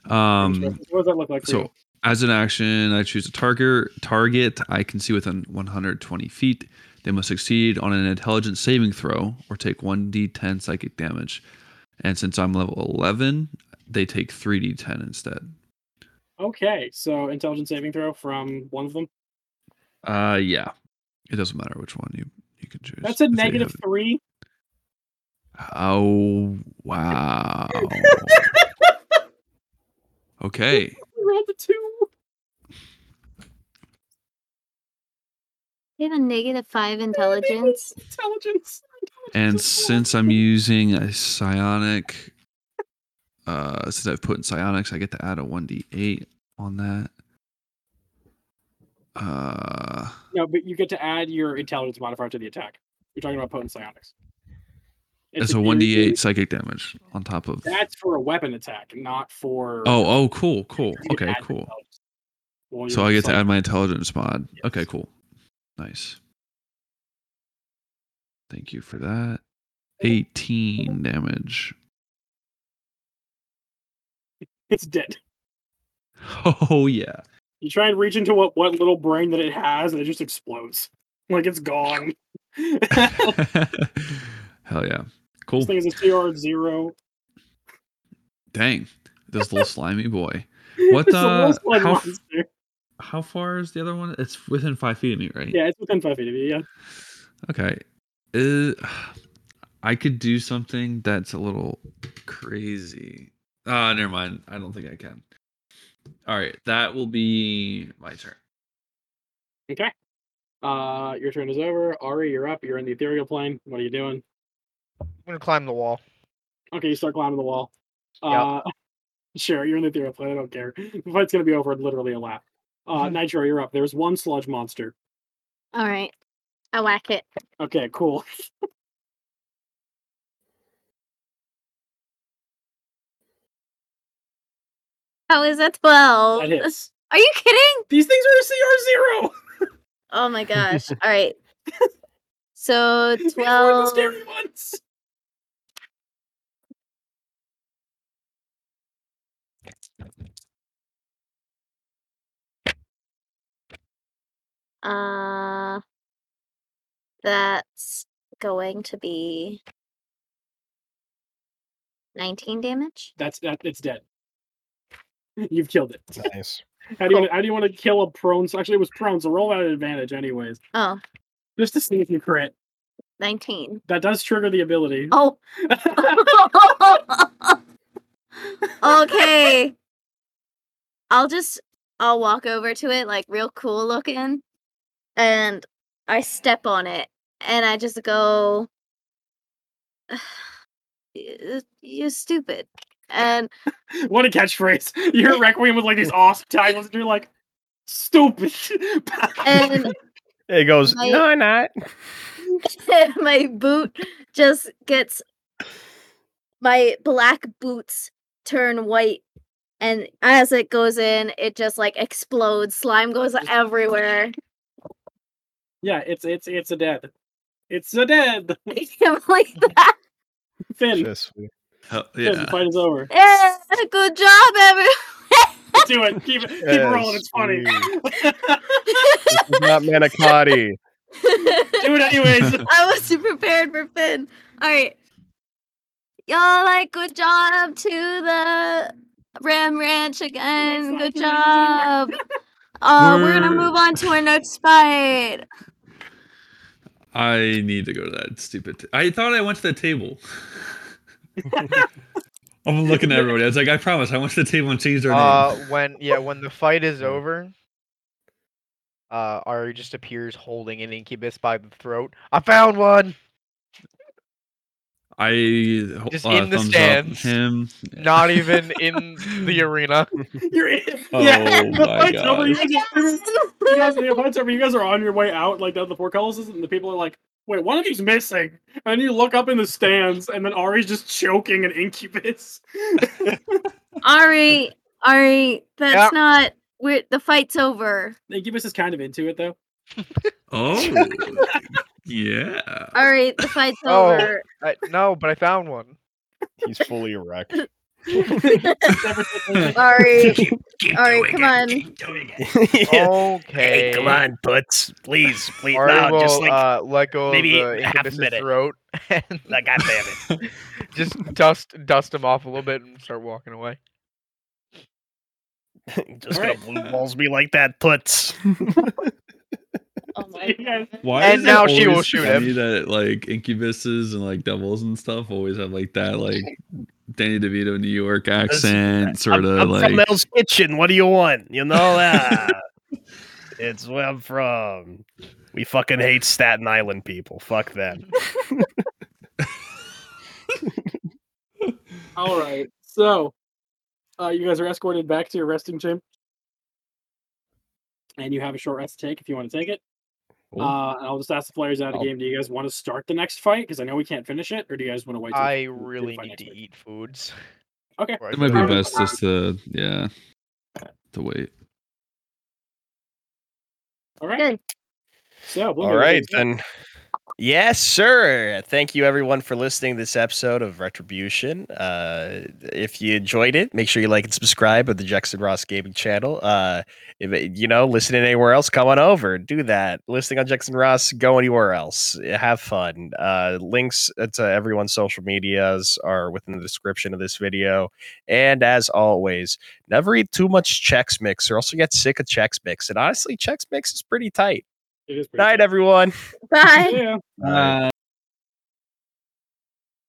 Speaker 4: Um
Speaker 2: what does that look like? For you?
Speaker 4: so as an action, I choose a target target I can see within 120 feet. They must succeed on an intelligence saving throw or take 1d10 psychic damage. And since I'm level 11, they take 3d10 instead.
Speaker 2: Okay, so intelligence saving throw from one of them.
Speaker 4: Uh, yeah. It doesn't matter which one you you can choose.
Speaker 2: That's a
Speaker 4: if they
Speaker 2: negative
Speaker 4: have it.
Speaker 2: three.
Speaker 4: Oh wow. okay.
Speaker 2: Roll the two.
Speaker 5: They have a negative five intelligence.
Speaker 2: Intelligence.
Speaker 4: And
Speaker 2: Intelligence is
Speaker 4: since I'm using a psionic, uh, since I've put in psionics, I get to add a one d eight on that. Uh,
Speaker 2: no, but you get to add your intelligence modifier to the attack. You're talking about potent psionics.
Speaker 4: it's
Speaker 2: a
Speaker 4: a
Speaker 2: theory
Speaker 4: one d
Speaker 2: thing.
Speaker 4: eight psychic damage on top of.
Speaker 2: That's for a weapon attack, not for.
Speaker 4: Oh, oh, cool, cool.
Speaker 2: you can
Speaker 4: Okay,
Speaker 2: add your
Speaker 4: cool.
Speaker 2: intelligence. Well,
Speaker 4: So
Speaker 2: you're
Speaker 4: I get to
Speaker 2: psych-
Speaker 4: add my intelligence mod.
Speaker 2: Yes.
Speaker 4: Okay, cool. Nice. Thank you for that. 18 damage.
Speaker 2: It's dead.
Speaker 4: Oh, yeah.
Speaker 2: You try and reach into what what little brain that it has, and it just explodes. Like it's gone. this
Speaker 4: Hell yeah. Cool.
Speaker 2: thing is a CR zero.
Speaker 4: Dang. This little slimy boy. What
Speaker 2: It's a little
Speaker 4: the-
Speaker 2: slug
Speaker 4: how f-
Speaker 2: monster.
Speaker 4: How far is the other one? It's within five feet of me, right?
Speaker 2: Yeah, it's within five feet of you. Yeah.
Speaker 4: Okay. Uh, I could do something that's a little crazy. Ah, never mind. I don't think I can. All right. That will be my turn.
Speaker 2: Okay. Uh, your turn is over. Ari, you're up. You're in the ethereal plane. What are you doing?
Speaker 3: I'm gonna climb the wall.
Speaker 2: Okay, you start climbing the wall.
Speaker 3: Yep.
Speaker 2: Uh, sure, you're in the ethereal plane. I don't care. The fight's gonna be over in literally a lap. Uh, Nitro, you're up. There's one sludge monster.
Speaker 5: All right. I whack it.
Speaker 2: Okay, cool.
Speaker 5: How is that 12?
Speaker 2: That hits.
Speaker 5: Are you kidding?
Speaker 2: These things are a CR zero.
Speaker 5: Oh my gosh. All right. So
Speaker 2: These were the
Speaker 5: 12.
Speaker 2: scary ones.
Speaker 5: Uh, that's going to be 19 damage.
Speaker 2: That's that. It's dead. You've killed it.
Speaker 7: nice
Speaker 2: How do you how do you want to kill a prone? Actually, it was prone, so roll out at advantage, anyways,
Speaker 5: Oh,
Speaker 2: just to see if you crit.
Speaker 5: 19.
Speaker 2: That does trigger the ability.
Speaker 5: Oh. okay. I'll just I'll walk over to it like real cool looking and I step on it and I just go "You- you're stupid. And
Speaker 2: What a catchphrase. You hear Requiem with like these awesome titles, and you're like, stupid.
Speaker 5: and
Speaker 7: It goes,
Speaker 5: My-
Speaker 7: no, not.
Speaker 5: my boot just gets my black boots turn white and as it goes in it just like explodes slime goes everywhere
Speaker 2: yeah, it's it's it's a dead. It's a dead.
Speaker 5: I can't believe that
Speaker 2: Finn,
Speaker 7: Just-
Speaker 4: Hell,
Speaker 2: Finn,
Speaker 4: yeah.
Speaker 2: the fight is over.
Speaker 5: yeah, good job everyone
Speaker 2: Do it. Keep it. Keep it
Speaker 7: Yes,
Speaker 2: rolling. It's funny.
Speaker 7: This is not manicotti.
Speaker 2: Do it anyways.
Speaker 5: i wasn't prepared for finn all right y'all like good job to the ram ranch again good job uh, we're gonna move on to our next fight
Speaker 4: I need to go to that stupid. ta- I thought I went to the table. I'm looking at everybody. I was like, I promise, I went to the table and changed our
Speaker 3: Uh,
Speaker 4: name.
Speaker 3: when yeah, when the fight is over, uh, Ari just appears holding an incubus by the throat. I found one.
Speaker 4: I
Speaker 3: just
Speaker 4: uh,
Speaker 3: in the
Speaker 4: thumbs up
Speaker 3: stands.
Speaker 4: Him.
Speaker 3: Not even in the arena.
Speaker 2: You're in.
Speaker 4: Oh
Speaker 2: yeah. The
Speaker 4: my
Speaker 2: fight's over. You
Speaker 4: god.
Speaker 2: guys, you guys- the fight's over. You guys are on your way out, like down the four colossus, and the people are like, wait, one of you's missing. And you look up in the stands, and then Ari's just choking an incubus.
Speaker 5: Ari, Ari, that's
Speaker 3: Yeah.
Speaker 5: not. We're the fight's over.
Speaker 2: The incubus is kind of into it, though.
Speaker 4: Oh. yeah.
Speaker 5: Ari, the fight's
Speaker 3: Oh.
Speaker 5: over.
Speaker 3: I, no, but I found one.
Speaker 7: He's fully erect.
Speaker 5: Ari,
Speaker 6: Keep
Speaker 5: All right, doing come it, on. keep
Speaker 6: doing it.
Speaker 3: Okay.
Speaker 6: butts. Please, please,
Speaker 3: Ari will uh, let go
Speaker 6: maybe
Speaker 3: of the
Speaker 6: half a
Speaker 3: incubus's
Speaker 6: minute.
Speaker 3: throat and
Speaker 6: God damn it.
Speaker 3: just dust dust him off a little bit and start walking away.
Speaker 6: Just
Speaker 2: All
Speaker 6: gonna blue balls me like that, putz.
Speaker 5: oh
Speaker 2: you guys,
Speaker 4: Why
Speaker 3: And
Speaker 4: is it
Speaker 3: now she will
Speaker 4: always
Speaker 3: shoot
Speaker 4: funny
Speaker 3: him.
Speaker 4: That like incubuses and like devils and stuff always have like that like Danny DeVito New York accent sort
Speaker 6: I'm,
Speaker 4: of
Speaker 6: I'm from
Speaker 4: like.
Speaker 6: Mel's Kitchen. What do you want? You know that. it's where I'm from. We fucking hate Staten Island people. Fuck them.
Speaker 2: all right. So, uh, you guys are escorted back to your resting chamber, and you have a short rest to take if you want to take it.
Speaker 4: Cool.
Speaker 2: Uh, and I'll just ask the players out of the game. Do you guys want to start the next fight? Because I know we can't finish it, or do you guys want to wait? till-
Speaker 3: I
Speaker 2: till the
Speaker 3: really
Speaker 2: fight
Speaker 3: need
Speaker 2: next
Speaker 3: to
Speaker 2: week?
Speaker 3: eat foods.
Speaker 2: Okay.
Speaker 3: before I
Speaker 4: It might
Speaker 3: go
Speaker 4: be
Speaker 3: to
Speaker 4: best just to yeah to wait.
Speaker 2: All right.
Speaker 5: Good.
Speaker 2: So, Blue
Speaker 1: All
Speaker 2: Bear,
Speaker 1: right,
Speaker 2: it's your turn.
Speaker 1: then.
Speaker 6: Yes, sir. Thank you, everyone, for listening to this episode of Retribution. Uh, if you enjoyed it, make sure you like and subscribe of the Jackson Ross Gaming channel. Uh, if it- you know, listening anywhere else, come on over. Do that. Listening on Jackson Ross, go anywhere else. Have fun. Uh, links to everyone's social medias are within the description of this video. And as always, never eat too much Chex Mix or else you get sick of Chex Mix. And honestly, Chex Mix is pretty tight.
Speaker 2: It is pretty
Speaker 6: Night,
Speaker 2: cool.
Speaker 6: everyone.
Speaker 5: Bye.
Speaker 2: Yeah.
Speaker 4: Uh,